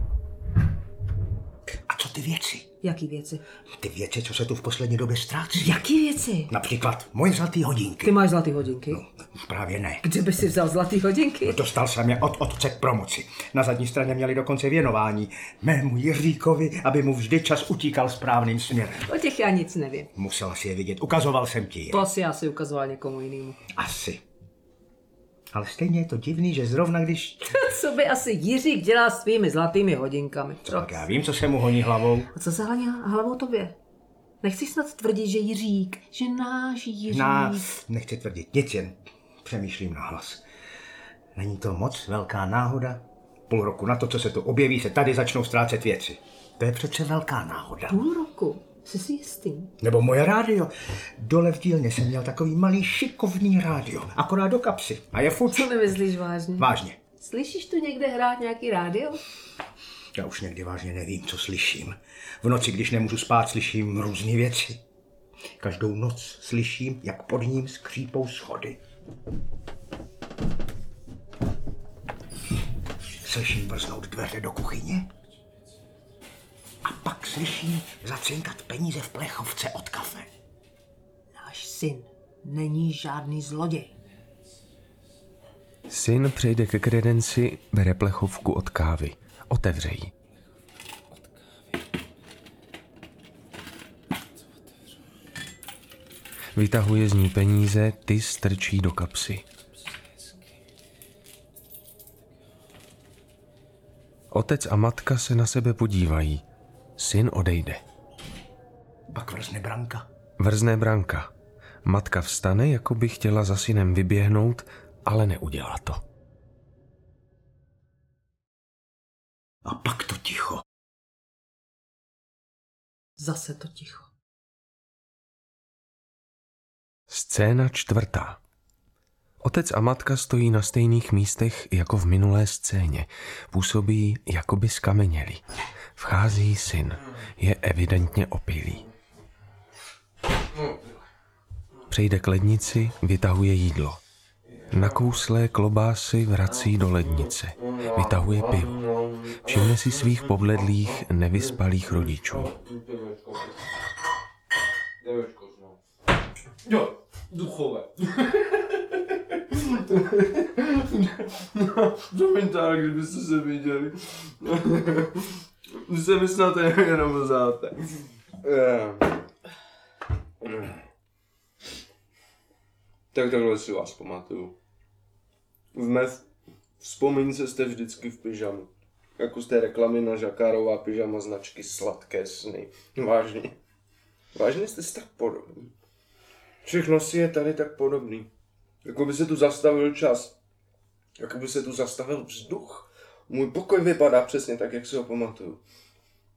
A co ty věci?
Jaký věci?
Ty věci, co se tu v poslední době ztrácí?
Jaký věci?
Například moje zlatý
Ty
hodinky.
máš zlatý hodinky?
Už právě ne.
Kde by si vzal zlatý hodinky?
Dostal jsem je od otce k promoci. Na zadní straně měli dokonce věnování mému Jiříkovi, aby mu vždy čas utíkal správným směrem.
O těch já nic nevím.
Musela si je vidět, ukazoval jsem ti je.
To asi já si ukazoval někomu jinému.
Asi. Ale stejně je to divný, že zrovna když...
Co by asi Jiřík dělá s tvými zlatými hodinkami?
Tak já vím, co se mu honí hlavou.
A co se hlavně hlavou tobě? Nechci snad tvrdit, že Jiřík, že náš Jiřík.
Na... Nechci tvrdit nic, jen přemýšlím nahlas. Není to moc velká náhoda? Půl roku na to, co se tu objeví, se tady začnou ztrácet věci. To je přece velká náhoda.
Půl roku. Jsi si jistý?
Nebo moje rádio. Dole v dílně jsem měl takový malý šikovný rádio. Akorát do kapsy. A je furt...
To nemyslíš vážně.
Vážně.
Slyšíš tu někde hrát nějaký rádio?
Já už někdy vážně nevím, co slyším. V noci, když nemůžu spát, slyším různé věci. Každou noc slyším, jak pod ním skřípou schody. Slyším brznout dveře do kuchyně a pak slyším zacinkat peníze v plechovce od kafe.
Náš syn není žádný zloděj.
Syn přejde ke kredenci, bere plechovku od kávy. Otevře ji. Vytahuje z ní peníze, ty strčí do kapsy. Otec a matka se na sebe podívají. Syn odejde.
Pak vrzne branka.
Vrzne branka. Matka vstane, jako by chtěla za synem vyběhnout, ale neudělá to.
A pak to ticho.
Zase to ticho.
Scéna čtvrtá. Otec a matka stojí na stejných místech jako v minulé scéně. Působí, jako by skameněli. Vchází syn. Je evidentně opilý. Přejde k lednici, vytahuje jídlo. Nakouslé klobásy vrací do lednice. Vytahuje pivo. Všimne si svých pobledlých, nevyspalých rodičů.
Jo, duchové. Promiňte, ale kdybyste se viděli. Vy se mi snad jenom vzáte. Eh. Tak takhle si vás pamatuju. V mé vzpomínce jste vždycky v pyžamu. Jako z té reklamy na žakárová pyžama značky Sladké sny. Vážně. Vážně jste si tak podobní. Všechno si je tady tak podobný. Jako by se tu zastavil čas. Jako by se tu zastavil vzduch. Můj pokoj vypadá přesně tak, jak si ho pamatuju.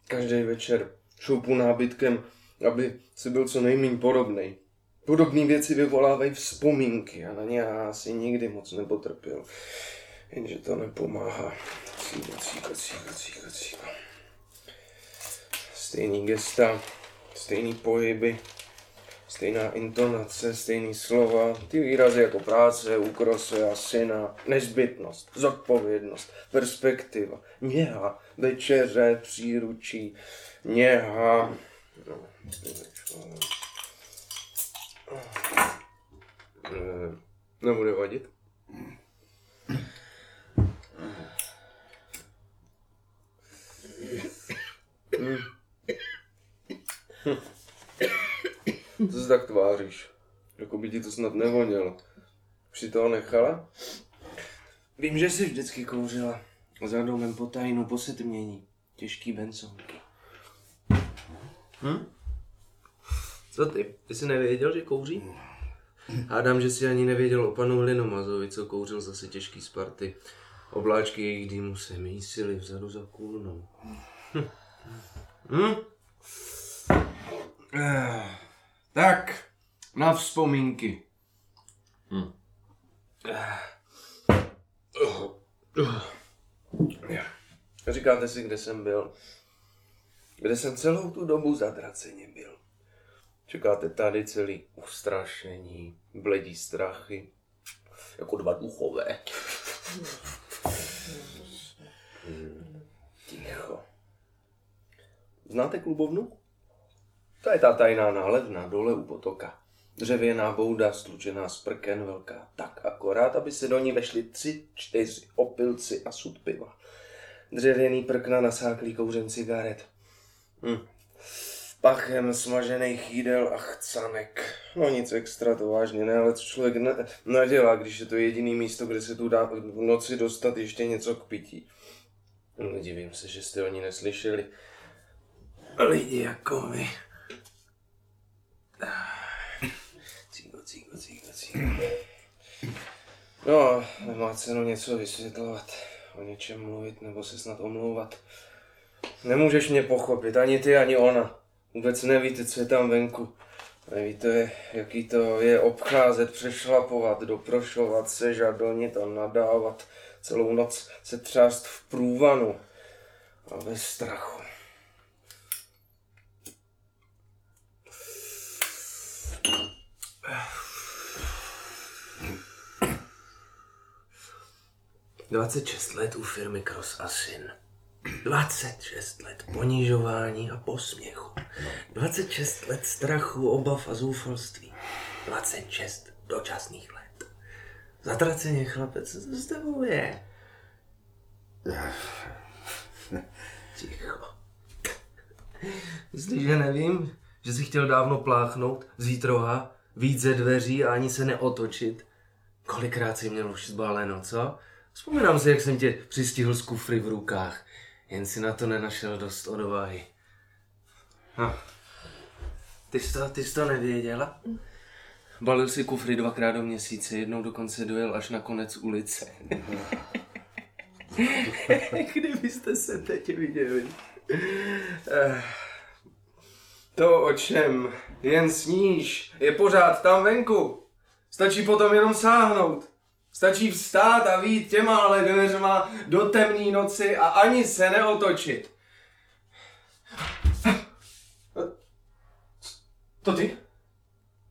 Každý večer šoupu nábytkem, aby si byl co nejméně podobný. Podobné věci vyvolávají vzpomínky a na ně já asi nikdy moc nepotrpěl. Jenže to nepomáhá. Cíka, cíka, cíka, cíka, cíka. Stejný gesta, stejný pohyby, Stejná intonace, stejný slova, ty výrazy jako práce, úkrose a syna, nezbytnost, zodpovědnost, perspektiva, něha, večeře, příručí, něha. No, eh, Nebude vadit? Co se tak tváříš? Jako by ti to snad nevonělo. Už si toho nechala? Vím, že jsi vždycky kouřila. Za domem po tajnu, po setmění. Těžký bensonky. Hm? Co ty? Ty jsi nevěděl, že kouří? Hádám, že si ani nevěděl o panu Linomazovi, co kouřil zase těžký Sparty. Obláčky jejich dýmu se mísily vzadu za kůlnou. Hm? Hm? Eh. Tak, na vzpomínky. Hm. Říkáte si, kde jsem byl? Kde jsem celou tu dobu zatraceně byl? Čekáte tady celý ustrašení, bledí strachy, jako dva duchové. Hm. Ticho. Znáte klubovnu? To je ta tajná nálevna dole u potoka. Dřevěná bouda, slučená z prken velká, tak akorát, aby se do ní vešly tři, čtyři opilci a sud piva. Dřevěný prkna nasáklý kouřem cigaret. Hm. Pachem smažených jídel a chcanek. No nic extra, to vážně ne, ale co člověk ne- nedělá, když je to jediný místo, kde se tu dá v noci dostat ještě něco k pití. Nedivím se, že jste oni neslyšeli. Lidi jako my. Cíko, cíko, cíko, cíko. No, nemá cenu něco vysvětlovat, o něčem mluvit nebo se snad omlouvat. Nemůžeš mě pochopit, ani ty, ani ona. Vůbec nevíte, co je tam venku. Nevíte, jaký to je obcházet, přešlapovat, doprošovat se, žadonit a nadávat. Celou noc se třást v průvanu a ve strachu. Dvacet šest let u firmy Cross a Syn. 26 let ponižování a posměchu. 26 let strachu, obav a zoufalství. 26 dočasných let. Zatraceně chlapec, co s tebou je? Ticho. Myslíš, že nevím, že jsi chtěl dávno pláchnout z výtroha, víc ze dveří a ani se neotočit? Kolikrát jsi měl už zbaleno, co? Vzpomínám si, jak jsem tě přistihl s kufry v rukách. Jen si na to nenašel dost odvahy. No. Ty jsi to, ty jsi to nevěděla? Balil si kufry dvakrát do měsíce, jednou dokonce dojel až na konec ulice. Kdybyste se teď viděli. Eh, To, o čem jen sníš, je pořád tam venku. Stačí potom jenom sáhnout. Stačí vstát a výjít těma ale dveřma do temné noci a ani se neotočit.
To ty?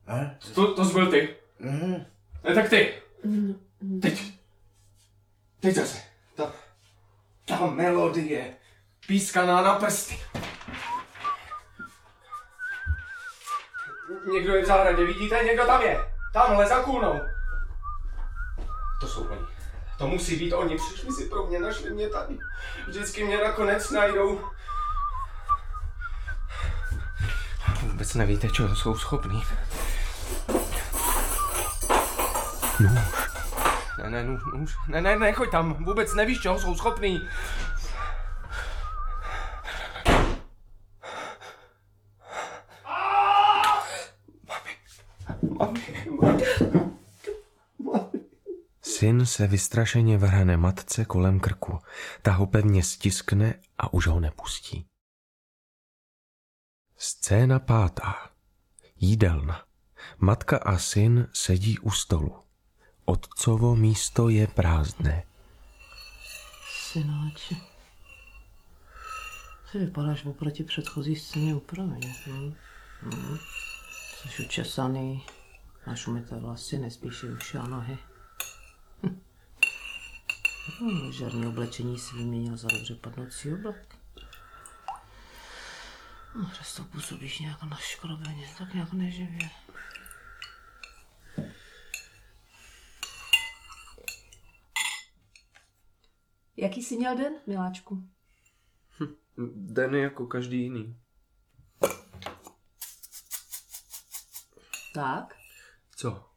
Ne?
To, to jsi byl ty?
Mhm.
Ne, tak ty. Teď. Teď zase. Ta, ta melodie. Pískaná na prsty. Někdo je v zahradě, vidíte? Někdo tam je. Tamhle za kůnou. To jsou oni. To musí být oni. Přišli si pro mě, našli mě tady. Vždycky mě nakonec najdou.
Vůbec nevíte, čeho jsou schopní. Ne, ne, nůž, nůž. Ne, ne, nechoď tam. Vůbec nevíš, čeho jsou schopní.
Syn se vystrašeně vrhne matce kolem krku. Ta ho pevně stiskne a už ho nepustí. Scéna pátá. Jídelna. Matka a syn sedí u stolu. Otcovo místo je prázdné.
Synáče. Ty vypadáš oproti předchozí scéně upraveně. Hm? Hm. Jsi učesaný, máš umyté vlasy, nespíš uši a nohy. Hm. Hm, Žerný oblečení si vyměnil za dobře padnoucí oblek. No, přesto působíš nějak naškrobeně, tak nějak neživě. Jaký jsi měl den, miláčku?
Den je jako každý jiný.
Tak,
Co?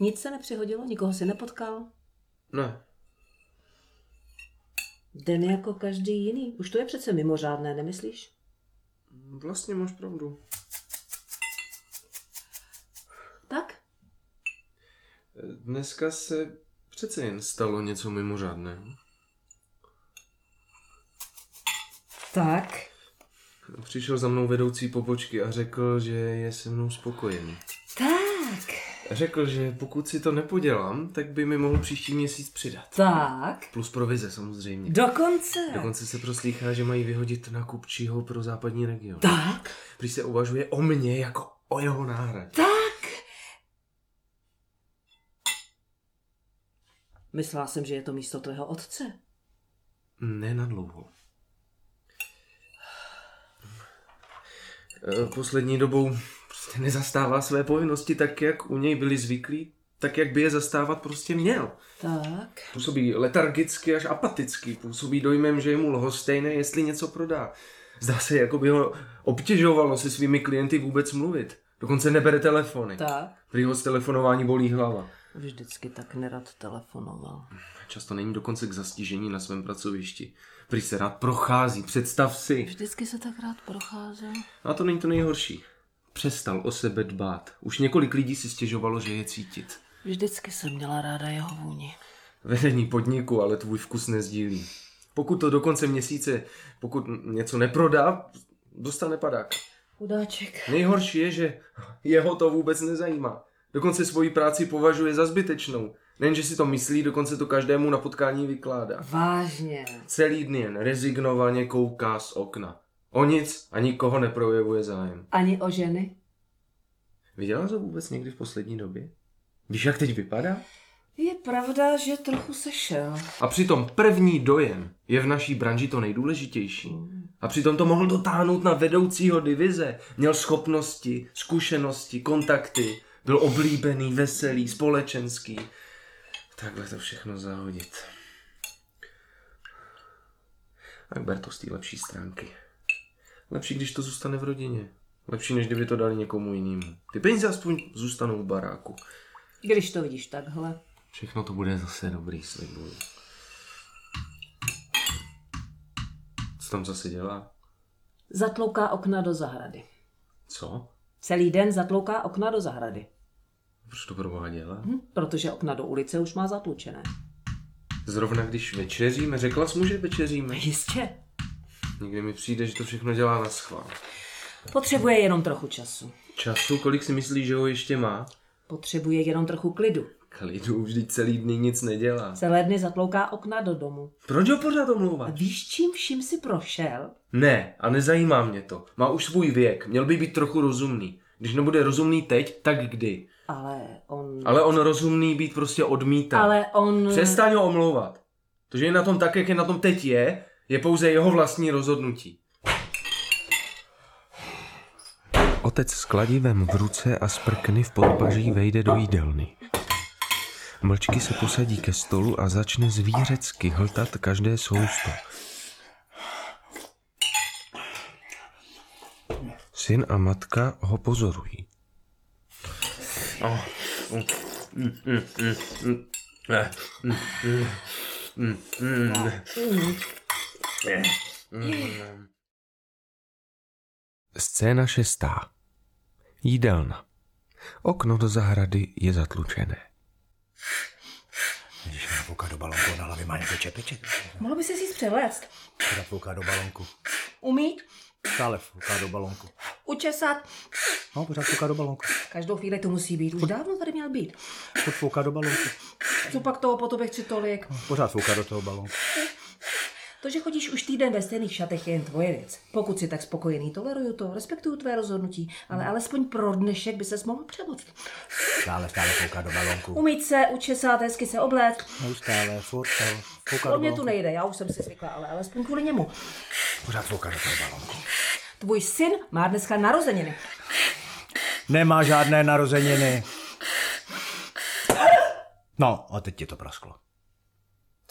nic se nepřihodilo, nikoho si nepotkal.
Ne.
Den jako každý jiný. Už to je přece mimořádné, nemyslíš?
Vlastně máš pravdu.
Tak?
Dneska se přece jen stalo něco mimořádného.
Tak.
Přišel za mnou vedoucí pobočky a řekl, že je se mnou spokojený.
Tak.
Řekl, že pokud si to nepodělám, tak by mi mohl příští měsíc přidat.
Tak.
Plus provize samozřejmě.
Dokonce.
Dokonce se proslýchá, že mají vyhodit nakupčího pro západní region.
Tak.
Prý se uvažuje o mně jako o jeho náhradě.
Tak. Myslela jsem, že je to místo tvého otce.
Ne na dlouho. Eh, Poslední dobou prostě nezastává své povinnosti tak, jak u něj byli zvyklí, tak, jak by je zastávat prostě měl.
Tak.
Působí letargicky až apaticky, působí dojmem, že je mu lhostejné, jestli něco prodá. Zdá se, jako by ho obtěžovalo se svými klienty vůbec mluvit. Dokonce nebere telefony.
Tak.
Prý ho z telefonování bolí hlava.
Vždycky tak nerad telefonoval.
Často není dokonce k zastížení na svém pracovišti. Prý se rád prochází, představ si.
Vždycky se tak rád procházel.
A to není to nejhorší. Přestal o sebe dbát. Už několik lidí si stěžovalo, že je cítit.
Vždycky jsem měla ráda jeho vůni.
Vedení podniku ale tvůj vkus nezdílí. Pokud to do konce měsíce, pokud něco neprodá, dostane padák.
Chudáček.
Nejhorší je, že jeho to vůbec nezajímá. Dokonce svoji práci považuje za zbytečnou. Nejenže si to myslí, dokonce to každému na potkání vykládá.
Vážně.
Celý den jen rezignovaně kouká z okna. O nic a nikoho neprojevuje zájem.
Ani o ženy?
Viděla jsi ho vůbec někdy v poslední době? Víš, jak teď vypadá?
Je pravda, že trochu sešel.
A přitom první dojem je v naší branži to nejdůležitější. A přitom to mohl dotáhnout na vedoucího divize. Měl schopnosti, zkušenosti, kontakty. Byl oblíbený, veselý, společenský. Takhle to všechno zahodit. Tak ber to z té lepší stránky. Lepší, když to zůstane v rodině. Lepší, než kdyby to dali někomu jinému. Ty peníze aspoň zůstanou v baráku.
Když to vidíš takhle.
Všechno to bude zase dobrý, slibuju. Co tam zase dělá?
Zatlouká okna do zahrady.
Co?
Celý den zatlouká okna do zahrady.
Proč to proboha dělá?
Hm? Protože okna do ulice už má zatlučené.
Zrovna když večeříme, řekla jsi mu, že večeříme.
Jistě.
Někdy mi přijde, že to všechno dělá na schvál.
Potřebuje jenom trochu času.
Času, kolik si myslíš, že ho ještě má?
Potřebuje jenom trochu klidu.
Klidu, vždyť celý dny nic nedělá.
Celé dny zatlouká okna do domu.
Proč ho pořád
A
omlouvat?
víš, čím vším si prošel?
Ne, a nezajímá mě to. Má už svůj věk, měl by být trochu rozumný. Když nebude rozumný teď, tak kdy?
Ale on...
Ale on rozumný být prostě odmítá.
Ale on...
Přestaň ho omlouvat. To, že je na tom tak, jak je na tom teď je, je pouze jeho vlastní rozhodnutí.
Otec s kladivem v ruce a s prkny v podpaží vejde do jídelny. Mlčky se posadí ke stolu a začne zvířecky hltat každé sousto. Syn a matka ho pozorují. Scéna šestá. Jídelna. Okno do zahrady je zatlučené.
Když nafouká do balonku, na hlavě má nějaký čepeček.
Mohlo by si si převléct,
Nafouká do balonku.
umít,
Stále fouká do balonku.
učesat.
No, pořád fouká do balonku.
Každou chvíli to musí být. Už dávno tady měl být.
Furt fouká do balonku.
Co pak toho po tobě chci tolik?
Pořád fouká do toho balonku.
To, že chodíš už týden ve stejných šatech, je jen tvoje věc. Pokud jsi tak spokojený, toleruju to, respektuju tvé rozhodnutí, ale alespoň pro dnešek by ses mohl přemluvit.
Stále, stále fouká do balonku.
Umýt se, učesat, hezky se obléct.
Neustále, furt to fouká
O
do
mě tu
balonku.
nejde, já už jsem si zvykla, ale alespoň kvůli němu.
Pořád fouká do toho balonku.
Tvůj syn má dneska narozeniny.
Nemá žádné narozeniny. No, a teď ti to prasklo.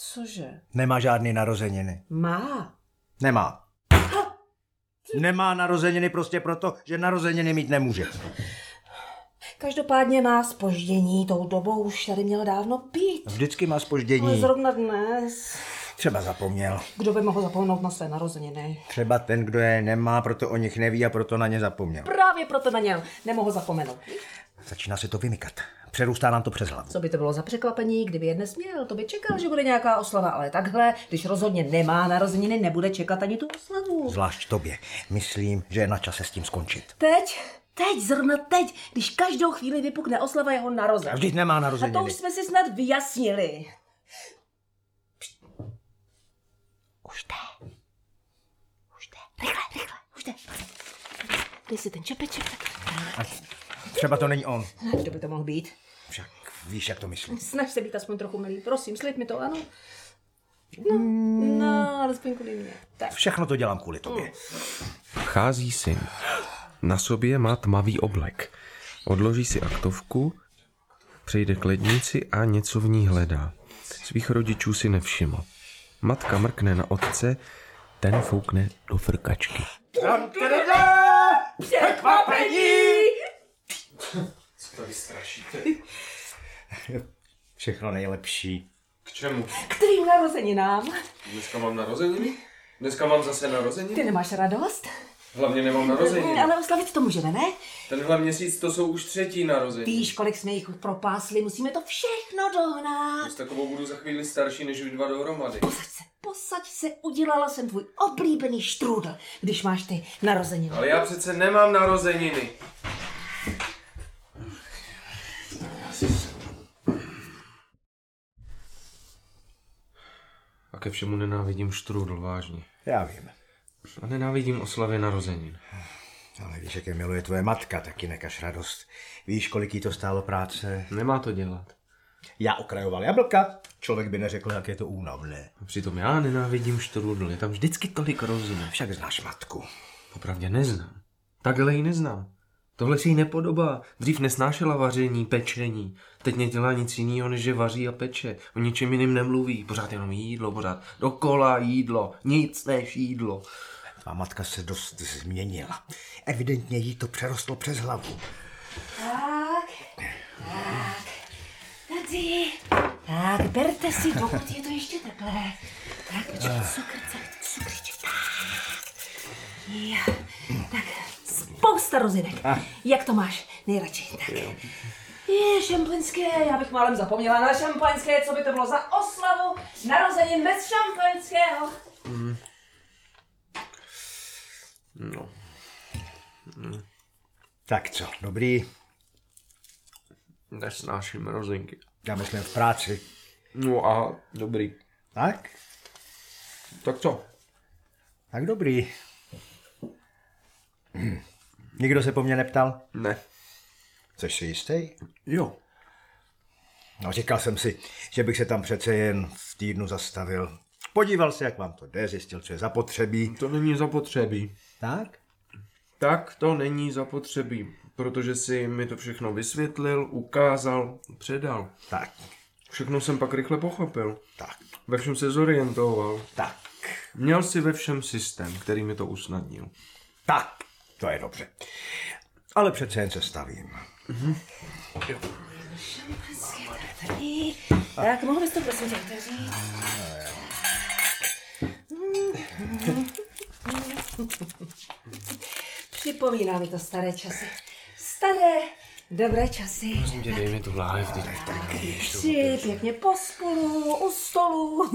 Cože?
Nemá žádný narozeniny.
Má.
Nemá. Nemá narozeniny prostě proto, že narozeniny mít nemůže.
Každopádně má spoždění, tou dobou už tady měl dávno být.
Vždycky má
Ale
spoždění.
zrovna dnes.
Třeba zapomněl.
Kdo by mohl zapomenout na své narozeniny?
Třeba ten, kdo je nemá, proto o nich neví a proto na ně zapomněl.
Právě proto na něm nemohl zapomenout.
Začíná se to vymykat. Přerůstá nám to přes hlavu.
Co by to bylo za překvapení, kdyby je dnes měl? To by čekal, že bude nějaká oslava, ale takhle, když rozhodně nemá narozeniny, nebude čekat ani tu oslavu.
Zvlášť tobě. Myslím, že je na čase s tím skončit.
Teď, teď, zrovna teď, když každou chvíli vypukne oslava jeho
A
narozen.
vždyť nemá
A to
narozeniny.
už jsme si snad vyjasnili. Už jde. Už jde. Rychle, rychle, už jde. Dej si ten čepeček. tak-
A třeba to není on.
Kdo by to mohl být?
Však víš, jak to myslím.
Snaž se být aspoň trochu milý. Prosím, slib mi to, ano. No, no, alespoň kvůli mě. Tak.
Všechno to dělám kvůli
Mm.
tobě.
Vchází syn. Na sobě má tmavý oblek. Odloží si aktovku, přejde k lednici a něco v ní hledá. Svých rodičů si nevšiml. Matka mrkne na otce, ten foukne do frkačky.
Všechno nejlepší.
K čemu?
Kterým narozeninám?
Dneska mám narozeniny? Dneska mám zase narozeniny?
Ty nemáš radost?
Hlavně nemám narozeniny.
Ale oslavit to můžeme, ne?
Tenhle měsíc to jsou už třetí narozeniny.
Víš, kolik jsme jich propásli, musíme to všechno dohnat.
S takovou budu za chvíli starší než vy dva dohromady.
Posaď se, posaď se, udělala jsem tvůj oblíbený štrůdl, když máš ty narozeniny.
Ale já přece nemám narozeniny.
A ke všemu nenávidím štrůdl, vážně.
Já vím.
A nenávidím oslavy narozenin.
No, Ale víš, jak je miluje tvoje matka, taky nekaž radost. Víš, kolik jí to stálo práce?
Nemá to dělat.
Já okrajoval jablka, člověk by neřekl, jak je to únavné.
A přitom já nenávidím štrůdl, je tam vždycky tolik rozumu.
Však znáš matku.
Popravdě neznám. Takhle ji neznám. Tohle si jí nepodobá. Dřív nesnášela vaření, pečení. Teď nedělá nic jiného, než že vaří a peče. O ničem jiným nemluví. Pořád jenom jídlo, pořád dokola jídlo. Nic než jídlo.
Tvá matka se dost změnila. Evidentně jí to přerostlo přes hlavu.
Tak, tak, tady. Tak, berte si, dokud je to ještě takhle. Tak, počkej, cukr, cukr, cukriček, tak. Jo, tak, spousta rozinek. Jak to máš nejradši? Tak.
Je, šampaňské, já bych málem zapomněla na šampaňské, co by to bylo za oslavu narozenin bez šampaňského.
No,
Tak co, dobrý,
Nesnáším rozinky.
já myslím v práci.
No a dobrý.
Tak?
Tak co?
Tak dobrý. Hm. Nikdo se po mně neptal?
Ne.
Jsi si jistý?
Jo.
No, říkal jsem si, že bych se tam přece jen v týdnu zastavil. Podíval se, jak vám to jde, zjistil, co je zapotřebí.
To není zapotřebí.
Tak?
Tak to není zapotřebí, protože si mi to všechno vysvětlil, ukázal, předal.
Tak,
Všechno jsem pak rychle pochopil.
tak,
Ve všem se zorientoval.
tak,
Měl si ve všem systém, který mi to usnadnil.
tak. To je dobře. Ale přece jen se stavím.
Tady. Tak, mohl bys to prosím tě otevřít?
Připomíná mi to staré časy. Staré, dobré časy.
Prosím tě, dej mi tu láhev teď.
Tři, pěkně pospolu, u stolu.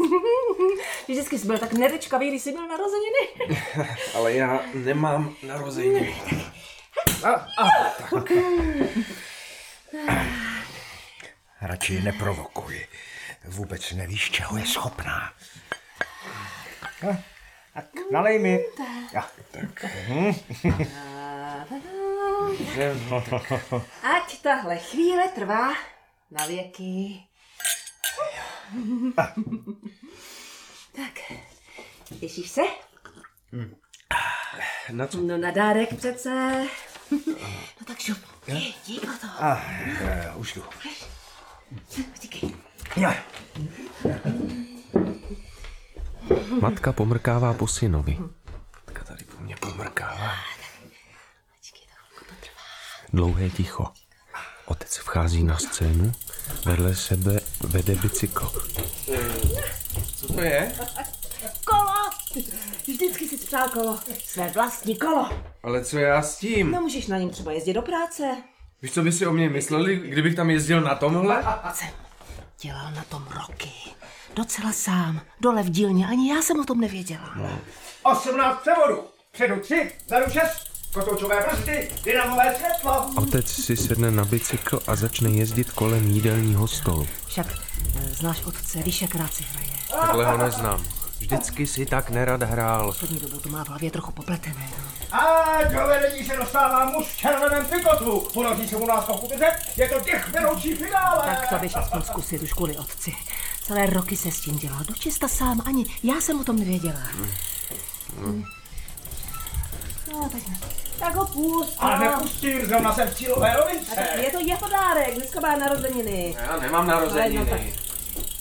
Vždycky jsi byl tak nedečkavý, když jsi měl narozeniny.
Ale já nemám narozeniny.
Radši ji neprovokuj. Vůbec nevíš, čeho je schopná. A, Tak, nalej mi. A,
Ať tahle chvíle trvá na věky. tak, těšíš se?
Hmm.
Na co?
No na dárek přece.
No tak šup. Jdi o to.
a, e, už jdu.
Utíkej.
Ja.
Matka pomrkává po synovi. Matka tady po mně pomrkává. Dlouhé ticho. Otec vchází na scénu, vedle sebe vede bicykl.
Hmm, Co to je?
Kolo! Vždycky jsi si přál kolo. Své vlastní kolo.
Ale co já s tím?
No můžeš na něm třeba jezdit do práce.
Víš, co by si o mě mysleli, kdybych tam jezdil na tomhle?
Dělal na tom roky. Docela sám. Dole v dílně. Ani já jsem o tom nevěděla.
18 převodů. Předu 3, zadu 6. Kotoučové brzdy, dynamové světlo.
Otec si sedne na bicykl a začne jezdit kolem jídelního stolu.
Však eh, znáš otce, víš, jak rád si hraje.
Takhle ho neznám. Vždycky si tak nerad hrál.
Poslední dobou to má v hlavě trochu popletené. No.
A do vedení se dostává muž v červeném pikotu. Podaří se mu náskoku vyřet, je to těch vedoucí finále.
Tak to bych aspoň zkusit už kvůli otci. Celé roky se s tím dělal. Dočista sám, ani já jsem o tom nevěděla. No, tak,
Tak ho půst.
Ale nepustím, zrovna jsem v cílové rovince.
Tak je to jeho dárek, dneska má narozeniny.
Já nemám
no
narozeniny.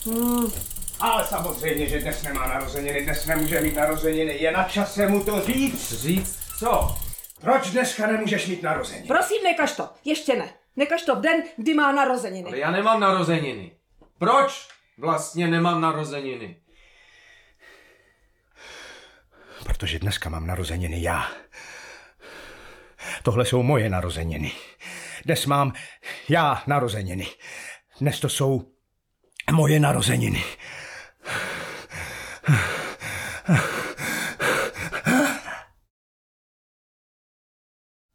Hmm. Ale samozřejmě, že dnes nemá narozeniny, dnes nemůže mít narozeniny. Je na čase mu to říct.
Říct co?
Proč dneska nemůžeš mít narozeniny?
Prosím, nekaž to. Ještě ne. Nekaž to v den, kdy má narozeniny.
Ale já nemám narozeniny. Proč vlastně nemám narozeniny?
Protože dneska mám narozeniny já. Tohle jsou moje narozeniny. Dnes mám já narozeniny. Dnes to jsou moje narozeniny.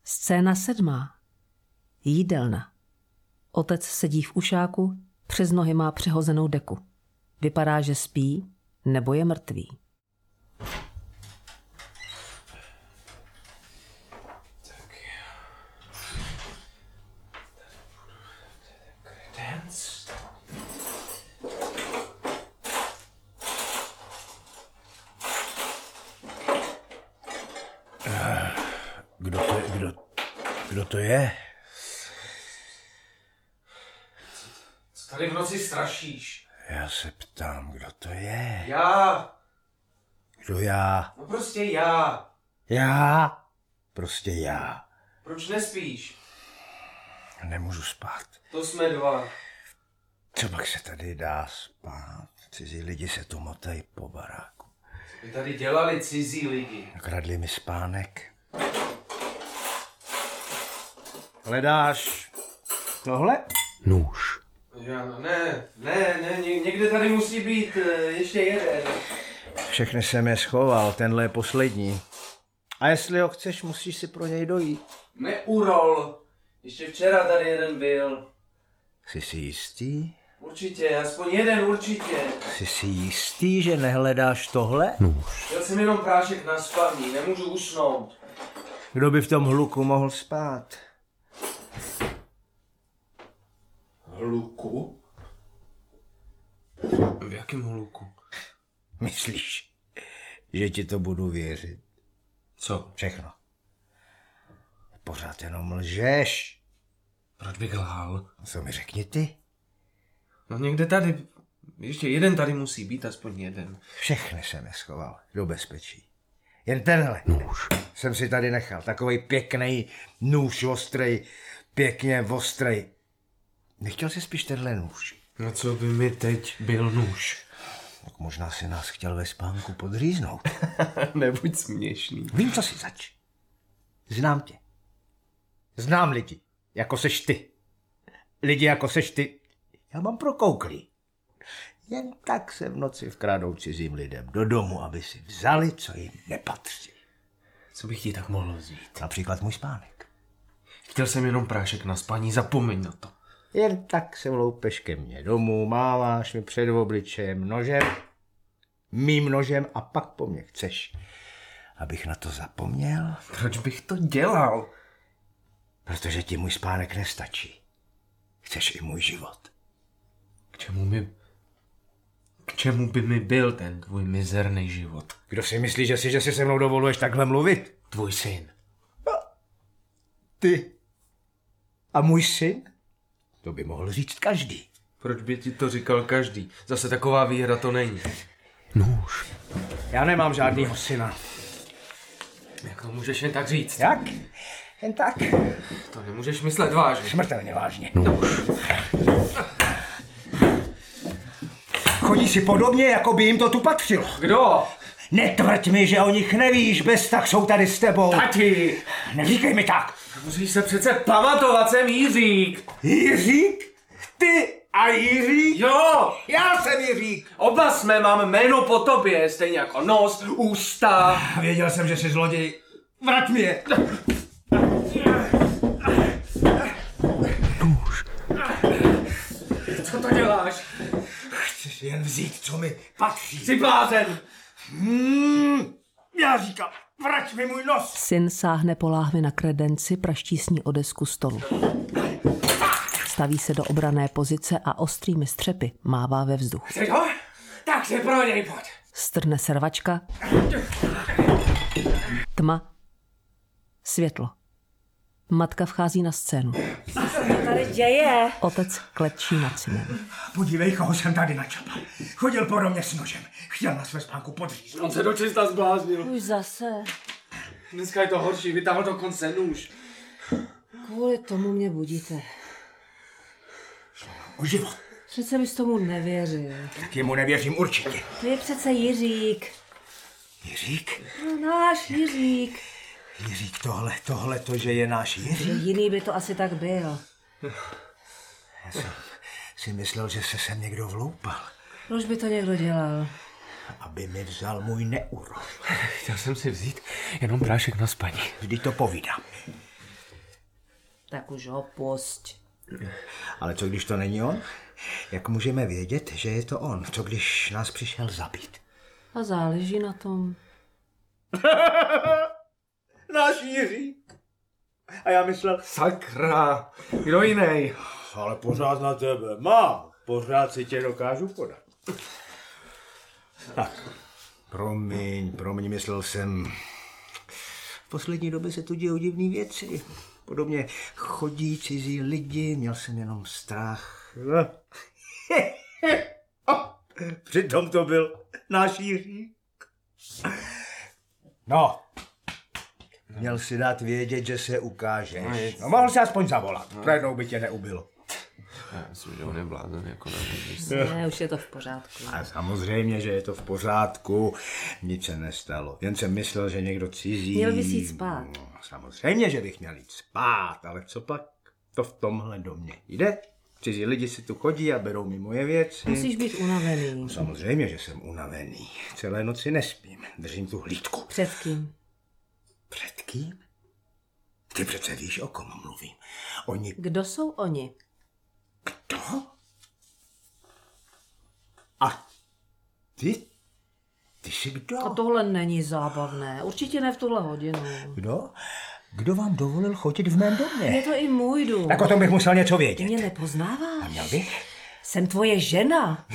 Scéna sedmá. Jídelna. Otec sedí v ušáku, přes nohy má přehozenou deku. Vypadá, že spí nebo je mrtvý.
Kdo to je? Kdo, kdo to je?
Co tady v noci strašíš?
Já se ptám, kdo to je?
Já!
Kdo já?
No prostě já!
Já? Prostě já.
Proč nespíš?
Nemůžu spát.
To jsme dva.
Co pak se tady dá spát? Cizí lidi se tu motají po baráku.
Vy tady dělali cizí lidi.
Kradli mi spánek. Hledáš No tohle?
Nůž.
Já, no ne, ne, ne, ně- někde tady musí být eh, ještě jeden.
Všechny jsem je schoval, tenhle je poslední. A jestli ho chceš, musíš si pro něj dojít.
Neurol. Ještě včera tady jeden byl.
Jsi si jistý?
Určitě, aspoň jeden určitě.
Jsi si jistý, že nehledáš tohle?
Měl jsem jenom prášek na spaní, nemůžu usnout.
Kdo by v tom hluku mohl spát?
Hluku? V jakém hluku?
Myslíš, že ti to budu věřit?
Co?
Všechno. Pořád jenom lžeš.
Proč bych lhal?
Co mi řekni ty?
No někde tady, ještě jeden tady musí být, aspoň jeden.
Všechny jsem je schoval do bezpečí. Jen tenhle
Nůž.
jsem si tady nechal. Takovej pěkný nůž ostrej, pěkně ostrej. Nechtěl jsi spíš tenhle nůž?
No co by mi teď byl nůž?
Tak možná si nás chtěl ve spánku podříznout.
Nebuď směšný.
Vím, co si zač. Znám tě. Znám lidi, jako seš ty. Lidi, jako seš ty. Já mám prokouklý. Jen tak se v noci vkrádou cizím lidem do domu, aby si vzali, co jim nepatří.
Co bych ti tak mohl vzít?
Například můj spánek.
Chtěl jsem jenom prášek na spaní, zapomeň na to.
Jen tak se vloupeš ke mně domů, máváš mi před obličejem nožem, mým nožem a pak po mně chceš, abych na to zapomněl.
Proč bych to dělal?
Protože ti můj spánek nestačí. Chceš i můj život.
K čemu mi... K čemu by mi byl ten tvůj mizerný život?
Kdo si myslí, že si, že si se mnou dovoluješ takhle mluvit? No,
Tvůj syn.
Ty. A můj syn? To by mohl říct každý.
Proč by ti to říkal každý? Zase taková výhra to není.
Nůž.
Já nemám žádného syna.
Jak to můžeš jen tak říct?
Jak? Jen tak.
To nemůžeš myslet vážně.
Smrtelně vážně. No už. Chodí si podobně, jako by jim to tu patřilo.
Kdo?
Netvrď mi, že o nich nevíš, bez tak jsou tady s tebou.
Tati!
Neříkej mi tak.
Musíš se přece pamatovat, jsem Jiřík!
Jiřík? Ty a Jiřík?
Jo!
Já jsem Jiřík.
Oba jsme, mám jméno po tobě, stejně jako nos, ústa.
Věděl jsem, že jsi zloděj. Vrať mi je.
Co to děláš?
Chceš jen vzít, co mi patří.
Jsi blázen!
Hmm, já říkám, vrať mi můj nos.
Syn sáhne po láhvi na kredenci, praští s ní o desku stolu. Staví se do obrané pozice a ostrými střepy mává ve vzduch.
Chceš ho? Tak se pro něj pojď.
Strhne servačka. Tma. Světlo. Matka vchází na scénu.
Tady děje.
Otec klečí nad synem.
Podívej, koho jsem tady načapal. Chodil po domě s nožem. Chtěl nás ve spánku podříznout.
On se dočista zbláznil.
Už zase.
Dneska je to horší, vytáhl dokonce nůž.
Kvůli tomu mě budíte.
O život.
Přece bys tomu nevěřil.
Tak jemu nevěřím určitě.
To je přece Jiřík.
Jiřík?
No, náš Jiřík.
Jiřík tohle, tohle to, že je náš Jiřík.
Jiný by to asi tak byl.
Já jsem si myslel, že se sem někdo vloupal,
Proč by to někdo dělal?
aby mi vzal můj neuro.
Chtěl jsem si vzít jenom prášek na spaní.
Vždy to povídám.
Tak už ho pusť.
Ale co když to není on? Jak můžeme vědět, že je to on? Co když nás přišel zabít?
A záleží na tom.
Náš Jiří. A já myslel,
Sakra, kdo jiný?
ale pořád na tebe mám. Pořád si tě dokážu podat. Tak. Promiň, promiň, myslel jsem. V poslední době se tu dějou divné věci. Podobně chodí cizí lidi, měl jsem jenom strach. A Přitom to byl náš Jiřík. No, měl si dát vědět, že se ukážeš. No, mohl si aspoň zavolat, najednou by tě neubilo.
Já myslím, že on je blázen, jako na
Ne, už je to v pořádku.
A samozřejmě, že je to v pořádku, nic se nestalo. Jen jsem myslel, že někdo cizí...
Měl bys jít spát.
No, samozřejmě, že bych měl jít spát, ale co pak? To v tomhle domě jde? Cizí lidi si tu chodí a berou mi moje věci.
Musíš být unavený.
Samozřejmě, že jsem unavený. Celé noci nespím. Držím tu hlídku.
Před kým?
Před kým? Ty přece víš, o kom mluvím. Oni...
Kdo jsou oni?
Kdo? A ty? Ty jsi kdo?
A tohle není zábavné. Určitě ne v tuhle hodinu.
Kdo? Kdo vám dovolil chodit v mém
Je
domě?
to i můj dům.
Tak o tom bych musel něco
Ty mě
vědět.
nepoznáváš?
Měl bych? Hm.
Jsem tvoje žena.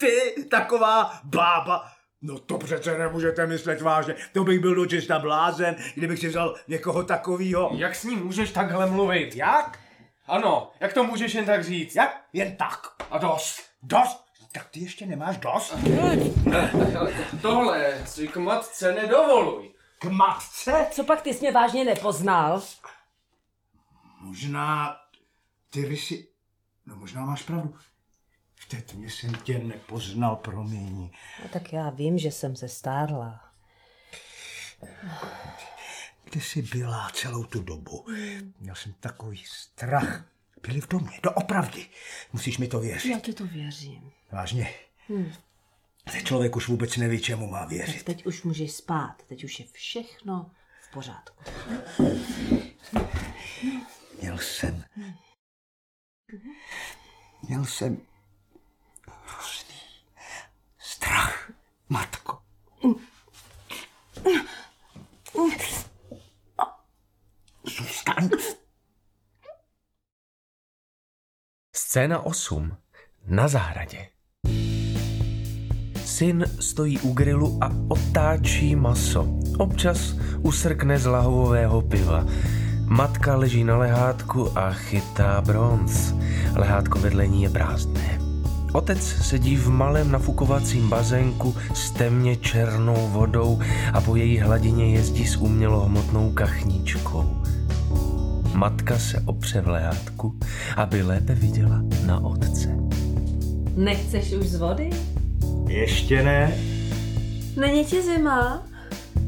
Ty, taková bába. No to přece nemůžete myslet vážně. To bych byl dočista blázen, kdybych si vzal někoho takového.
Jak s ním můžeš takhle mluvit?
Jak?
Ano, jak to můžeš jen tak říct?
Jak? Jen tak.
A dost.
Dost? Tak ty ještě nemáš dost?
Tohle si k matce nedovoluj.
K matce?
Co pak ty jsi mě vážně nepoznal?
Možná ty rysy... No možná máš pravdu. Teď mě jsem tě nepoznal, promiň.
No, tak já vím, že jsem se stárla.
Kde jsi byla celou tu dobu? Měl jsem takový strach. Byli v domě, doopravdy. Musíš mi to věřit.
Já ti to věřím.
Vážně. Ten člověk už vůbec neví, čemu má věřit.
Tak teď už můžeš spát. Teď už je všechno v pořádku.
Měl jsem... Měl jsem... Hrozný strach, matko. Zůstaň.
Scéna 8. Na zahradě. Syn stojí u grilu a otáčí maso. Občas usrkne z lahvového piva. Matka leží na lehátku a chytá bronz. Lehátko vedle ní je prázdné. Otec sedí v malém nafukovacím bazénku s temně černou vodou a po její hladině jezdí s umělohmotnou kachničkou. Matka se opře v lehátku, aby lépe viděla na otce.
Nechceš už z vody?
Ještě ne,
Není ti zima?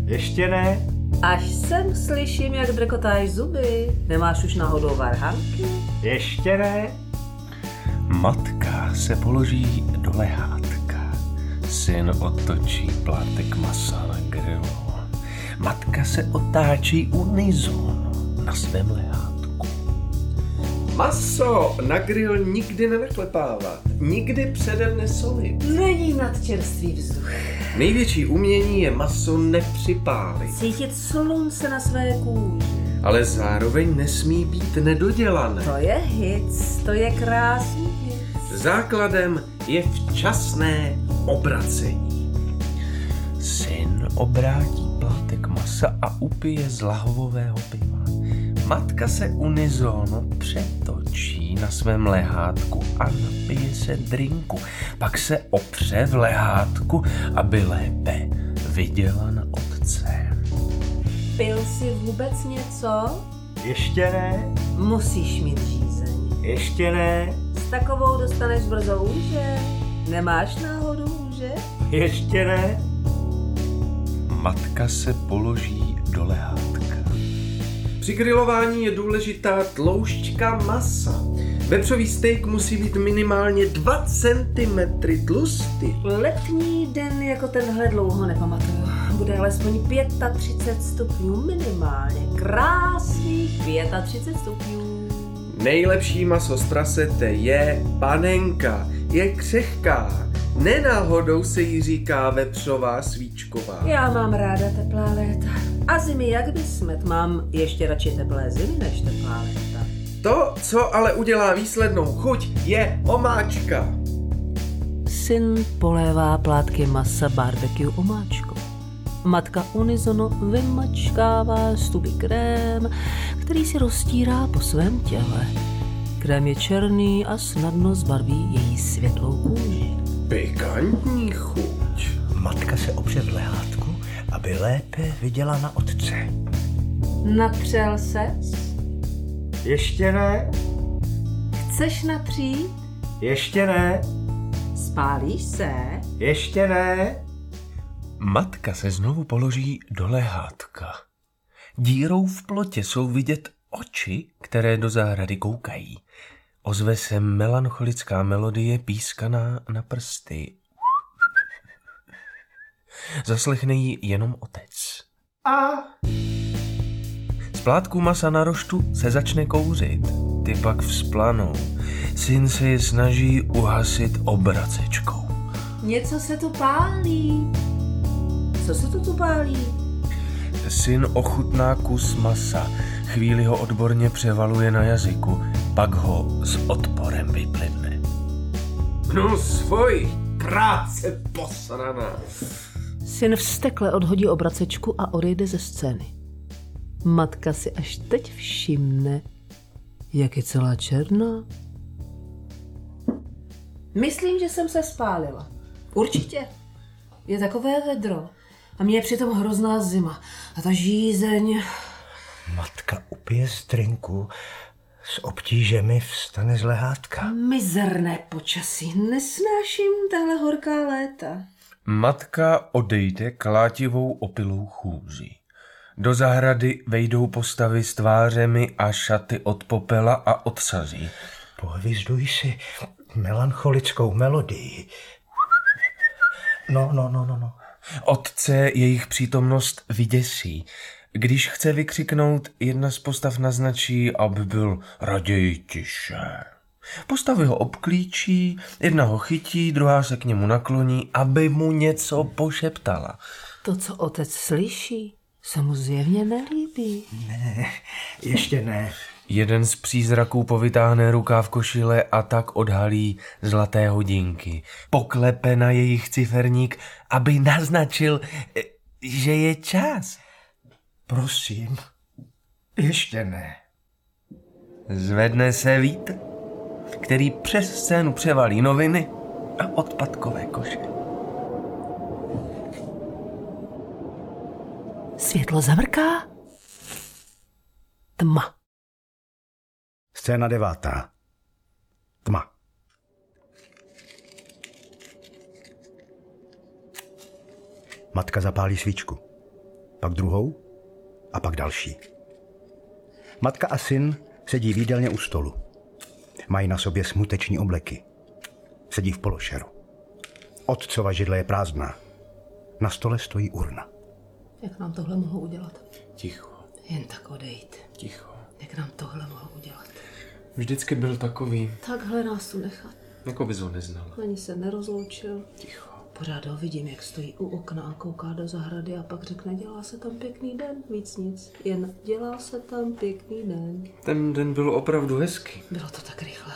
ještě ne.
Až sem slyším, jak drekotáš zuby. Nemáš už náhodou varhanky?
Ještě ne.
Matka se položí do lehátka. Syn otočí plátek masa na grilu. Matka se otáčí unizon na svém lehátku.
Maso na grill nikdy nenachlepává. Nikdy předem nesolit.
Není nad čerstvý vzduch.
Největší umění je maso nepřipálit.
Cítit slunce na své kůži.
Ale zároveň nesmí být nedodělané.
To je hic, to je krásný hic.
Základem je včasné obracení.
Syn obrátí plátek masa a upije z lahvového piva. Matka se unizono přetočí na svém lehátku a napije se drinku. Pak se opře v lehátku, aby lépe viděla na otce.
Pil si vůbec něco?
Ještě ne,
Musíš mít řízení.
ještě ne,
S takovou dostaneš brzo úže. Nemáš náhodou úže?
ještě ne.
Matka se položí do lehátka.
Při grilování je důležitá tloušťka masa. Vepřový steak musí být minimálně 2 cm tlustý.
Letní den jako tenhle dlouho nepamatuju. bude alespoň 35 stupňů minimálně. Krásných 35 stupňů.
Nejlepší maso z prasete je panenka. Je křehká. Nenáhodou se jí říká vepřová svíčková.
Já mám ráda teplá léta. A zimy jak by smet, mám ještě radši teplé zimy než teplá léta.
To, co ale udělá výslednou chuť, je omáčka.
Syn polévá plátky masa barbecue omáčkou. Matka unizono vymačkává stubý krém, který si roztírá po svém těle. Krém je černý a snadno zbarví její světlou kůži.
Pikantní chuť.
Matka se opředle hádku, aby lépe viděla na otce.
Natřel ses?
Ještě ne,
Chceš natřít?
ještě ne,
Spálíš se?
ještě ne.
Matka se znovu položí do lehátka. Dírou v plotě jsou vidět oči, které do zahrady koukají. Ozve se melancholická melodie pískaná na prsty. Zaslechne ji jenom otec. A... Z plátku masa na roštu se začne kouřit. Ty pak vzplanou. Syn se je snaží uhasit obracečkou.
Něco se tu pálí.
Co se to tu pálí?
Syn ochutná kus masa, chvíli ho odborně převaluje na jazyku, pak ho s odporem vyplivne.
No svoj, práce posraná.
Syn vstekle odhodí obracečku a odejde ze scény. Matka si až teď všimne, jak je celá černá. Myslím, že jsem se spálila. Určitě. Je takové vedro. A mě je přitom hrozná zima. A ta žízeň.
Matka upije strinku, s obtížemi vstane z lehátka.
Mizerné počasí. Nesnáším tahle horká léta.
Matka odejde klátivou opilou chůzí. Do zahrady vejdou postavy s tvářemi a šaty od popela a odsazí.
Pohvizduj si melancholickou melodii. No, no, no, no, no.
Otce jejich přítomnost vyděsí. Když chce vykřiknout, jedna z postav naznačí, aby byl raději tiše. Postavy ho obklíčí, jedna ho chytí, druhá se k němu nakloní, aby mu něco pošeptala.
To, co otec slyší, se mu zjevně nelíbí.
Ještě ne.
Jeden z přízraků povytáhne rukáv košile a tak odhalí zlaté hodinky. Poklepe na jejich ciferník, aby naznačil, eh, že je čas.
Prosím. Ještě ne.
Zvedne se vítr, který přes scénu převalí noviny a odpadkové koše.
Světlo zavrká. Tma.
Scéna devátá. Tma. Matka zapálí svíčku, pak druhou a pak další. Matka a syn sedí výdelně u stolu. Mají na sobě smuteční obleky. Sedí v pološeru. Otcova židle je prázdná. Na stole stojí urna.
Jak nám tohle mohou udělat?
Ticho,
Jen tak odejít.
ticho.
Jak nám tohle mohou udělat?
Vždycky byl takový,
Takhle nás tu nechat.
jako bys ho neznala.
Ani se nerozloučil.
Ticho.
Pořád ho vidím, jak stojí u okna a kouká do zahrady a pak řekne, dělá se tam pěkný den, víc nic. Jen dělá se tam pěkný den.
Ten den byl opravdu hezký.
Bylo to tak rychle.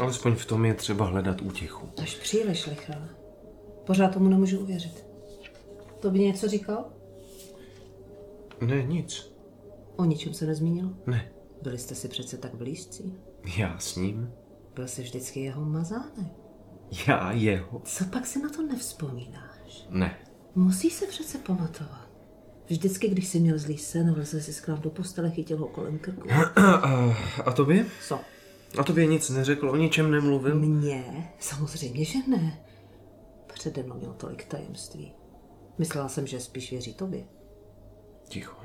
Alespoň v tom je třeba hledat útěchu.
Až příliš rychle. Pořád tomu nemůžu uvěřit. To by něco říkal?
Ne, nic.
O ničem se nezmínil.
Ne.
Byli jste si přece tak blízcí.
Já s ním?
Byl jsi vždycky jeho mazánek.
Já jeho?
Co pak si na to nevzpomínáš?
Ne.
Musí se přece pamatovat. Vždycky, když jsi měl zlý sen, vlezl si skrám do postele, chytil ho kolem krku.
A tobě?
Co?
A tobě nic neřekl, o ničem nemluvil?
Mně? Samozřejmě, že ne. Přede mnou měl tolik tajemství. Myslela jsem, že spíš věří tobě.
Ticho.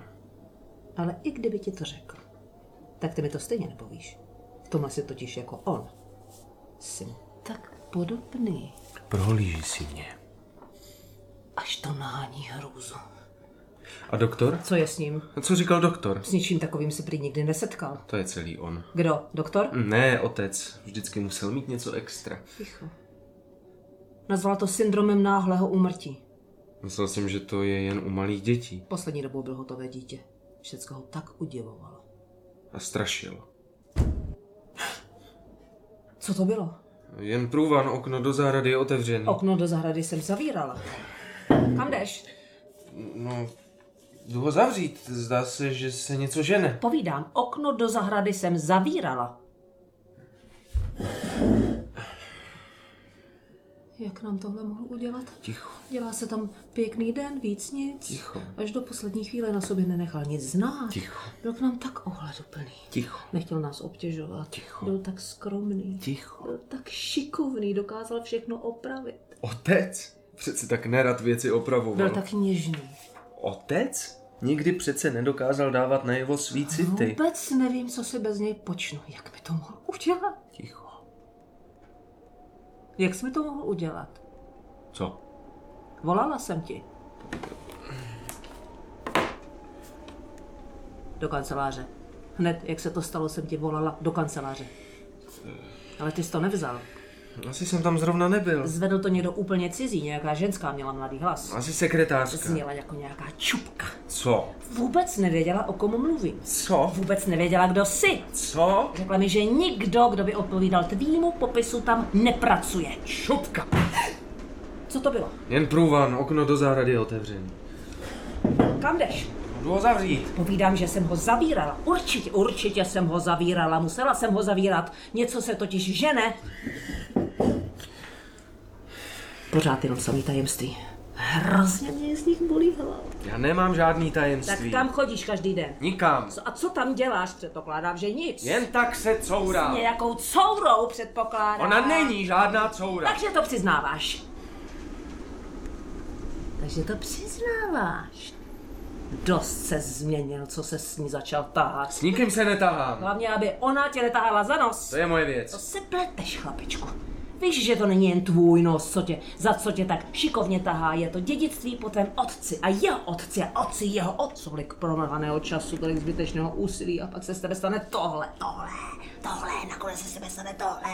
Ale i kdyby ti to řekl, tak ty mi to stejně nepovíš. V tomhle si totiž jako on. Jsi mu tak podobný.
Prohlíží si mě.
Až Až to nahání hrůzu.
A doktor?
Co je s ním?
Co říkal doktor?
S ničím takovým se prý nikdy nesetkal.
To je celý on.
Kdo? Doktor?
Ne, otec. Vždycky musel mít něco extra.
Ticho. Nazval to syndromem náhlého úmrtí.
Myslel jsem, že to je jen u malých dětí.
Poslední dobou byl hotové dítě. Všecko ho tak udivovalo.
A strašil.
Co to bylo?
Jen průvan, okno do zahrady je otevřený.
Okno do zahrady jsem zavírala. Kam jdeš?
No, jdu ho zavřít. Zdá se, že se něco žene.
Povídám, okno do zahrady jsem zavírala. Jak nám tohle mohl udělat?
Ticho.
Dělá se tam pěkný den, víc nic.
Ticho.
Až do poslední chvíle na sobě nenechal nic znát.
Ticho.
Byl k nám tak ohleduplný.
Ticho.
Nechtěl nás obtěžovat.
Ticho.
Byl tak skromný.
Ticho.
Byl tak šikovný, dokázal všechno opravit.
Otec? Přece tak nerad věci opravoval.
Byl tak něžný.
Otec? Nikdy přece nedokázal dávat najevo svý
No,
city.
Vůbec nevím, co si bez něj počnu. Jak mi to mohl udělat?
Ticho.
Jak jsi mi to mohl udělat?
Co?
Volala jsem ti. Do kanceláře. Hned, jak se to stalo, jsem ti volala do kanceláře. Ale ty jsi to nevzal.
Asi jsem tam zrovna nebyl.
Zvedl to někdo úplně cizí, nějaká ženská měla mladý hlas.
Asi sekretářka.
Zněla jako nějaká čupka.
Co?
Vůbec nevěděla, o komu mluvím.
Co?
Vůbec nevěděla, kdo jsi.
Co?
Řekla mi, že nikdo, kdo by odpovídal tvýmu popisu, tam nepracuje.
Šupka!
Co to bylo?
Jen průvan, okno do zahrady je otevřený.
Kam jdeš?
Jdu ho zavřít.
Povídám, že jsem ho zavírala. Určitě, určitě jsem ho zavírala. Musela jsem ho zavírat. Něco se totiž žene. Pořád jenom samý tajemství. Hrozně mě z nich bolí hlava.
Já nemám žádný
Tak
tajemství.
tam chodíš každý den.
Nikam.
Co, a co tam děláš? Předpokládám, že nic.
Jen tak se courá.
S nějakou courou předpokládám.
Ona není žádná coura.
Takže to přiznáváš. Takže to přiznáváš. Dost se změnil, co se s ní začal tahat.
S nikým se netahám.
Hlavně, aby ona tě netahala za nos.
To je moje
No. To
věc.
se pleteš, chlapičku. Víš, že to není jen tvůj nos, co tě, za co tě tak šikovně tahá. Je to dědictví po tvém otci a jeho otci a otci jeho otcu. Tolik promrhaného času, tolik zbytečného úsilí a pak se z tebe stane tohle, tohle, tohle, nakonec se z tebe stane tohle.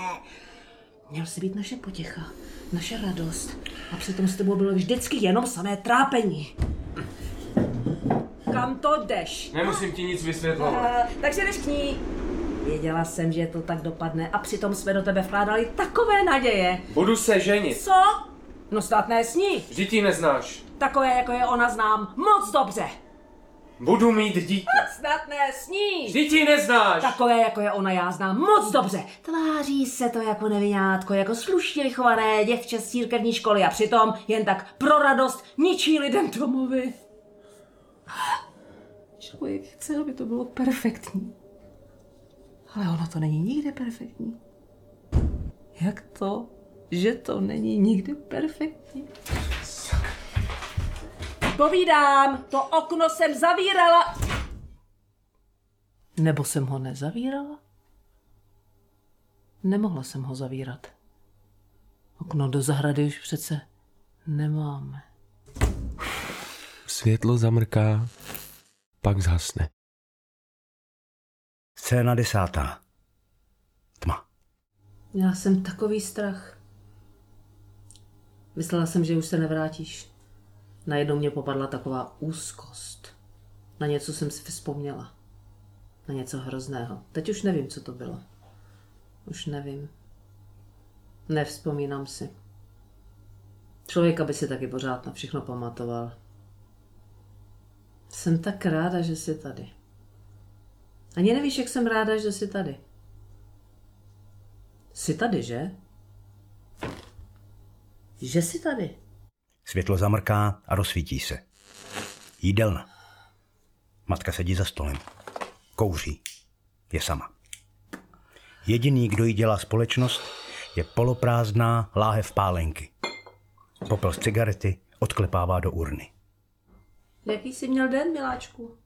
Měl si být naše potěcha, naše radost a přitom s tebou bylo vždycky jenom samé trápení. Kam to jdeš?
Nemusím ti nic vysvětlovat.
Eh, takže jdeš k ní. Věděla jsem, že to tak dopadne a přitom jsme do tebe vkládali takové naděje.
Budu se ženit.
Co? No snad ne s ní.
Vždyť ji neznáš.
Takové, jako je ona, znám moc dobře.
Budu mít dítě.
Snad ne s ní.
Vždyť ji neznáš.
Takové, jako je ona, já znám moc dobře. Tváří se to jako nevinátko, jako slušně vychované děvče z církevní školy a přitom jen tak pro radost ničí lidem domovy. Člověk chce, aby to bylo perfektní. Ale ono to není nikdy perfektní. Jak to, že to není nikdy perfektní? Povídám, to okno jsem zavírala. Nebo jsem ho nezavírala? Nemohla jsem ho zavírat. Okno do zahrady už přece nemáme.
Světlo zamrká, pak zhasne.
Scéna desátá. Tma.
Měla jsem takový strach. Myslela jsem, že už se nevrátíš. Najednou mě popadla taková úzkost. Na něco jsem si vzpomněla. Na něco hrozného. Teď už nevím, co to bylo. Už nevím. Nevzpomínám si. Člověk, aby si taky pořád na všechno pamatoval. Jsem tak ráda, že jsi tady. Ani nevíš, jak jsem ráda, že jsi tady. Jsi tady, že? Že jsi tady?
Světlo zamrká a rozsvítí se. Jídelna. Matka sedí za stolem. Kouří. Je sama. Jediný, kdo jí dělá společnost, je poloprázdná láhev pálenky. Popel z cigarety odklepává do urny.
Jaký jsi měl den, miláčku?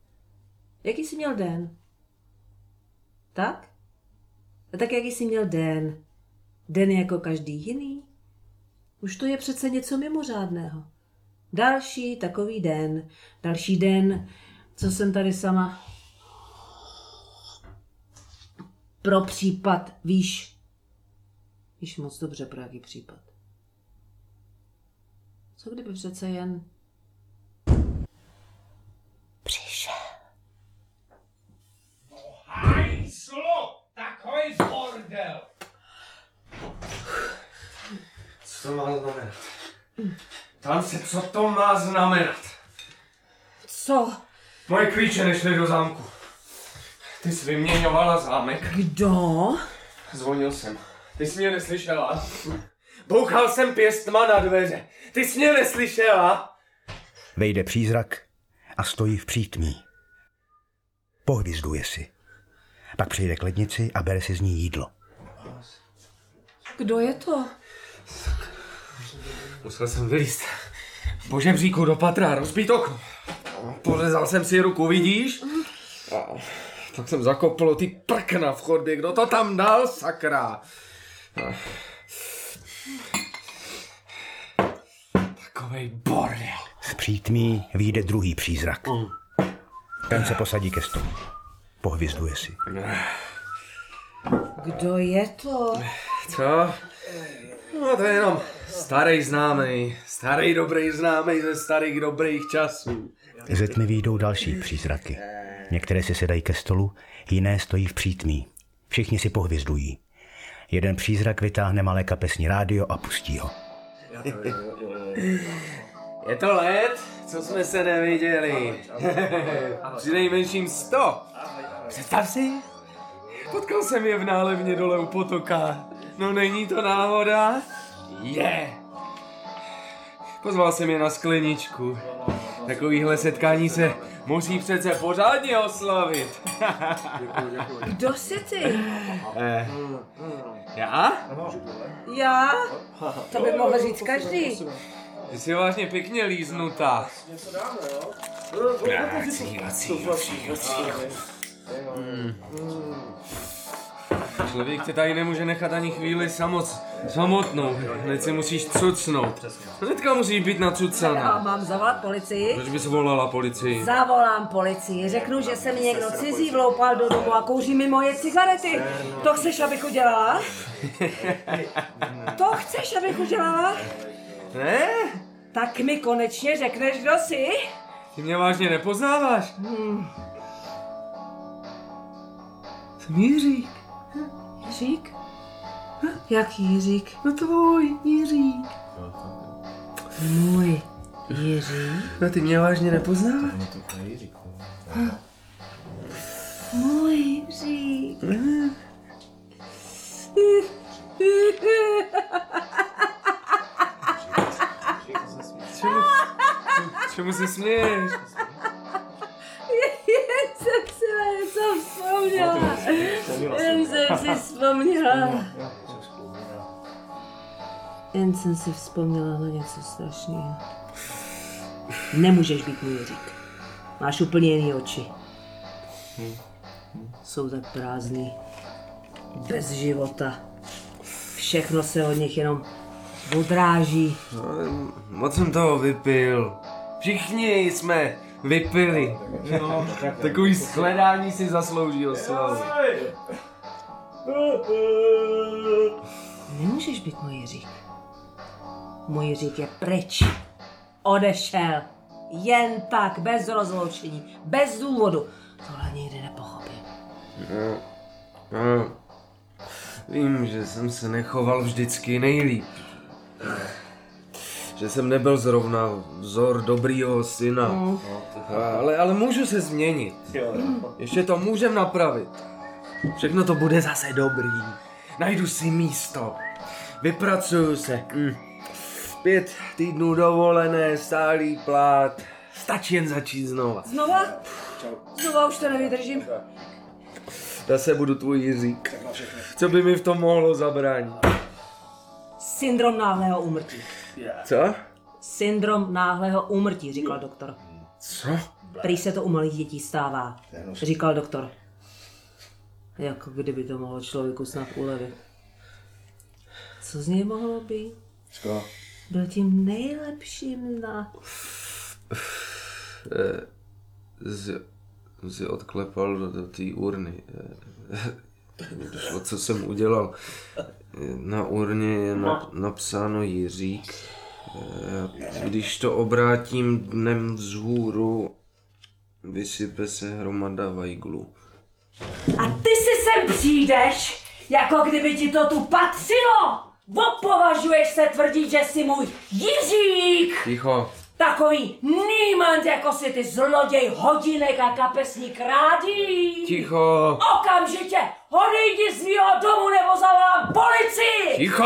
Jaký jsi měl den? Tak? A tak jaký jsi měl den? Den jako každý jiný? Už to je přece něco mimořádného.
Další takový den, další den, co jsem tady sama. Pro případ, víš. Víš moc dobře, pro jaký případ. Co kdyby přece jen
Přišel.
Hajzlo! Takový bordel! Co to má znamenat? Tam se, co to má znamenat?
Co?
Moje klíče nešly do zámku. Ty jsi vyměňovala zámek.
Kdo?
Zvonil jsem. Ty jsi mě neslyšela. Bouchal jsem pěstma na dveře. Ty jsi mě neslyšela.
Vejde přízrak a stojí v přítmí. Pohvizduje si. Pak přijde k lednici a bere si z ní jídlo.
Kdo je to?
Musel jsem vylíst. Po žebříku do patra, rozbít okno. Pořezal jsem si ruku, vidíš? A tak jsem zakopl ty prkna v chodbě, kdo to tam dal, sakra. A- Takovej bordel.
Z přítmí vyjde druhý přízrak. Ten se posadí ke stolu. Pohvizduje si.
Kdo je to?
Co? No to je jenom starý známý, starý dobrý známý ze starých dobrých časů.
Ze tmy vyjdou další přízraky. Některé si sedají ke stolu, jiné stojí v přítmí. Všichni si pohvězdují. Jeden přízrak vytáhne malé kapesní rádio a pustí ho.
Je to let, co jsme se neviděli. Při nejmenším sto. Představ si, potkal jsem je v nálevně dole u potoka. No není to náhoda? Je. Pozval jsem je na skleničku. Takovýhle setkání se musí přece pořádně oslavit.
Kdo jsi ty?
Já?
Já? To by mohl říct každý.
Ty jsi vážně pěkně líznutá. Vací, vací, vací, vací. Hmm. Člověk tě tady nemůže nechat ani chvíli samoc, samotnou. Hned si musíš cucnout. Hnedka musíš být
Já
nacucaná.
mám zavolat policii?
Proč bys volala policii?
Zavolám policii, řeknu, že se mi někdo cizí vloupal do domu a kouří mi moje cigarety. To chceš, abych udělala? To chceš, abych udělala?
Ne?
Tak mi konečně řekneš, kdo jsi?
Ty mě vážně nepoznáváš? Jsem Jiří.
Jiřík? Hm? Jaký Jiřík?
No tvůj Jiří.
Můj Jiřík? Hm.
No ty mě vážně nepoznáváš?
Můj Jiří.
Čemu, čemu se směješ?
Jen jsem si na něco vzpomněla. Jen jsem si vzpomněla. Jen jsem si vzpomněla na něco strašného. Nemůžeš být můj Jiřík. Máš úplně jiný oči. Hm, Jsou tak prázdný. Bez života. Všechno se od nich jenom odráží.
Moc jsem toho vypil. Všichni jsme vypili. No, takový skledání si zaslouží oslavu.
Nemůžeš být můj Jiřík. Můj Jiřík je pryč. Odešel. Jen tak, bez rozloučení, bez důvodu. Tohle nikdy nepochopím.
No, Vím, že jsem se nechoval vždycky nejlíp. Že jsem nebyl zrovna vzor dobrýho syna. Ale, ale můžu se změnit. Ještě to můžem napravit. Všechno to bude zase dobrý. Najdu si místo. Vypracuju se. Mm. Pět týdnů dovolené, stálý plát. Stačí jen začít znova.
Znova? Znova už to nevydržím.
Zase budu tvůj Jiřík. Co by mi v tom mohlo zabránit?
Syndrom náhlého úmrtí.
Co?
Syndrom náhlého úmrtí, říkal doktor.
Co?
Prý se to u malých dětí stává, říkal doktor. Jako kdyby to mohlo člověku snad ulevit. Co z něj mohlo být?
Co?
Byl tím nejlepším na...
Z, z odklepal do, do té urny. Eh, mi Došlo, co jsem udělal. Eh, Na urně je na, napsáno Jiřík. Eh, Když to obrátím dnem vzhůru, vysype se hromada vajglu.
A ty si sem přijdeš, jako kdyby ti to tu patřilo! Opovažuješ se tvrdit, že jsi můj Jiřík!
Ticho,
Takový nímant, jako si ty zloděj hodinek a kapesník rádí!
ticho,
Okamžitě odejdi z mého domu nebo zavolám policii!
ticho!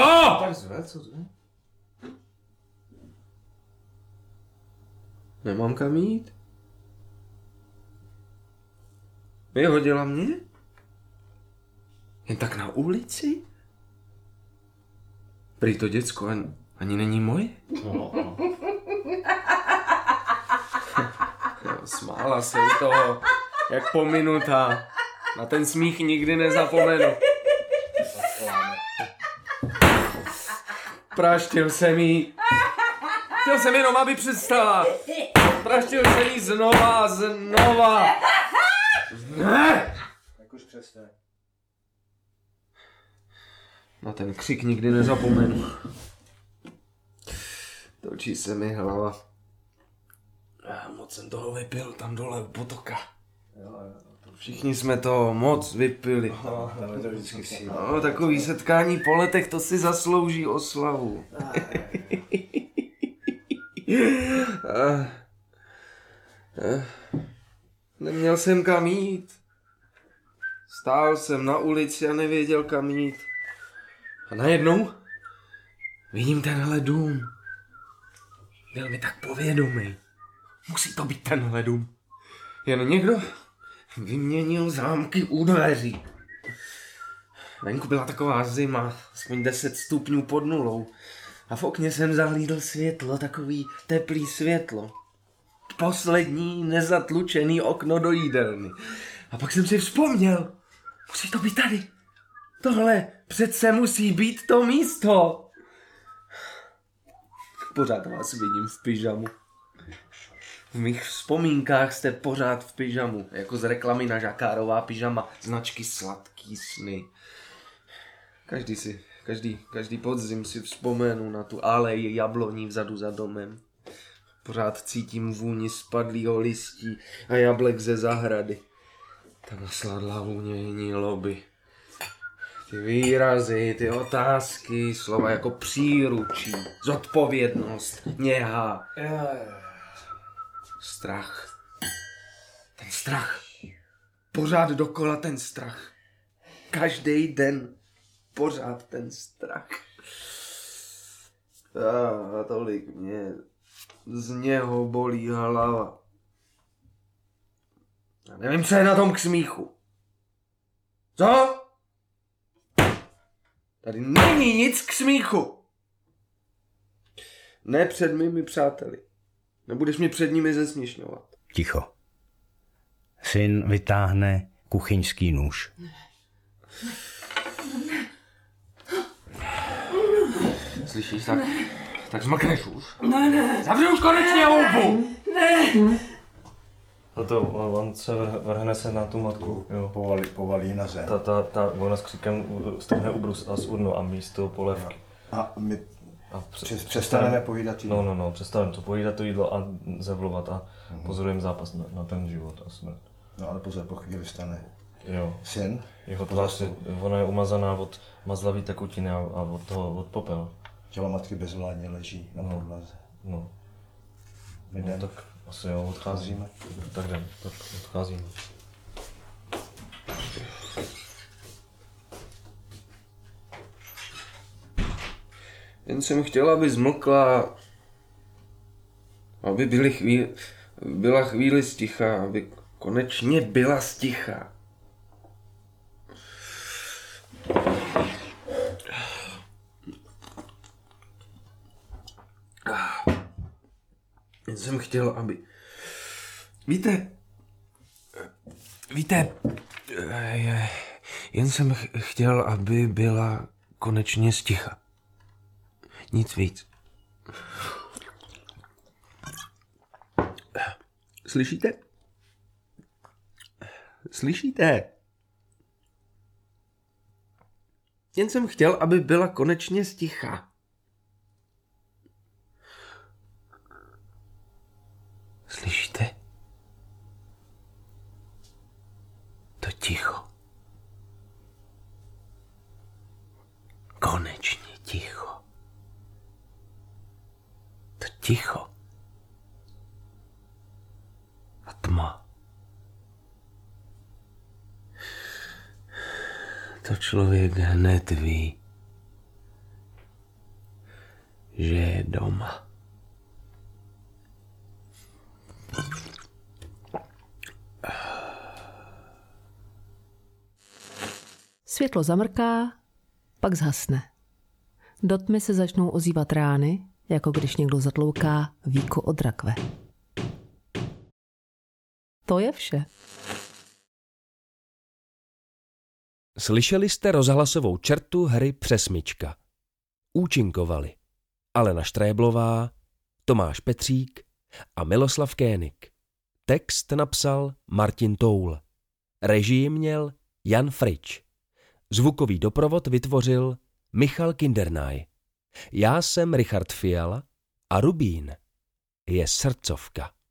Nemám kam jít? Vyhodila mě? Jen tak na ulici? Prý to děcko ani, ani není moje? Jo, Smála se u toho, jak pominutá. Na ten smích nikdy nezapomenu. Praštil jsem jí. Chtěl jsem jenom, aby přestala. Praštil jsem jí znova a znova. Ne!
Tak už přestane.
Na No, ten křik nikdy nezapomenu. Točí se mi hlava. Ah, Moc jsem toho vypil tam dole u potoka. Všichni jsme to moc vypili.
Ale to vždycky si.
No, takový setkání po letech, to si zaslouží oslavu. Ah. Eh. Neměl jsem kam jít. Stál jsem na ulici a nevěděl kam jít. A najednou vidím tenhle dům. Byl mi tak povědomý. Musí to být tenhle dům. Jen někdo vyměnil zámky u dveří. Venku byla taková zima, aspoň 10 stupňů pod nulou. A v okně jsem zahlídl světlo, takový teplý světlo. Poslední nezatlučený okno do jídelny. A pak jsem si vzpomněl, musí to být tady. Tohle přece musí být to místo. Pořád vás vidím v pyžamu. V mých vzpomínkách jste pořád v pyžamu, jako z reklamy na žakárová pyžama, značky sladký sny. Každý si, každý, každý podzim si vzpomenu na tu aleji jabloní vzadu za domem. Pořád cítím vůni spadlýho listí a jablek ze zahrady. Ta nasladlá vůně jiní lobby. Ty výrazy, ty otázky, slova jako příručí, zodpovědnost, něha, strach. Ten strach. Pořád dokola ten strach. Každý den pořád ten strach. A, a tolik mě z něho bolí hlava. Já nevím, co je na tom k smíchu. Co? Tady není nic k smíchu. Ne před mými přáteli. Nebudeš mě před nimi zesměšňovat.
Ticho. Syn vytáhne kuchyňský nůž.
Slyšíš, tak, tak zmlkneš už. Ne, ne. Zavři už konečně houbu.
No to on, on se vr- vrhne se na tu matku. Jo.
Povalí, povalí na zem.
Ta, ta, ta, ona s křikem u- strhne ubrus a s urnu a místo polévky.
A my
A pře-
přes, přestaneme povídat
No,
jídlo.
no, no, přestanu to pojídat to jídlo a zavlovat a
Mhm.
pozorujeme zápas na, na, ten život a smrt.
no ale pozor, po chvíli vstane.
Jo.
Syn?
Jeho tvář, je- ona je umazaná od mazlavý tekutiny a, a od toho, od popel.
Tělo matky bezvládně leží na podlaze.
No,
My
no
jdeme,
tak asi jo, odcházíme.
cházíme.
Tak jdem, tak odcházíme.
Jen jsem chtěl, aby zmlkla. Aby byly chvíli, byla chvíli sticha, aby konečně byla sticha. Jen jsem chtěl, aby... Víte... Víte... eh, je- Jen jsem ch- chtěl, aby byla konečně sticha. Nic víc.
Slyšíte? Slyšíte? Jen jsem chtěl, aby byla konečně sticha. Slyšíte? To ticho. Konečně ticho. To ticho. A tma. To člověk hned ví, že je doma.
Světlo zamrká, pak zhasne. Do tmy se začnou ozývat rány, jako když někdo zatlouká víku od rakve. To je vše.
Slyšeli jste rozhlasovou čertu hry Přesmička. Účinkovali Alena Štréblová, Tomáš Petřík a Miloslav Kénik. Text napsal Martin Toul. Režii měl Jan Frič. Zvukový doprovod vytvořil Michal Kindernaj. Já jsem Richard Fiala a Rubín je srdcovka.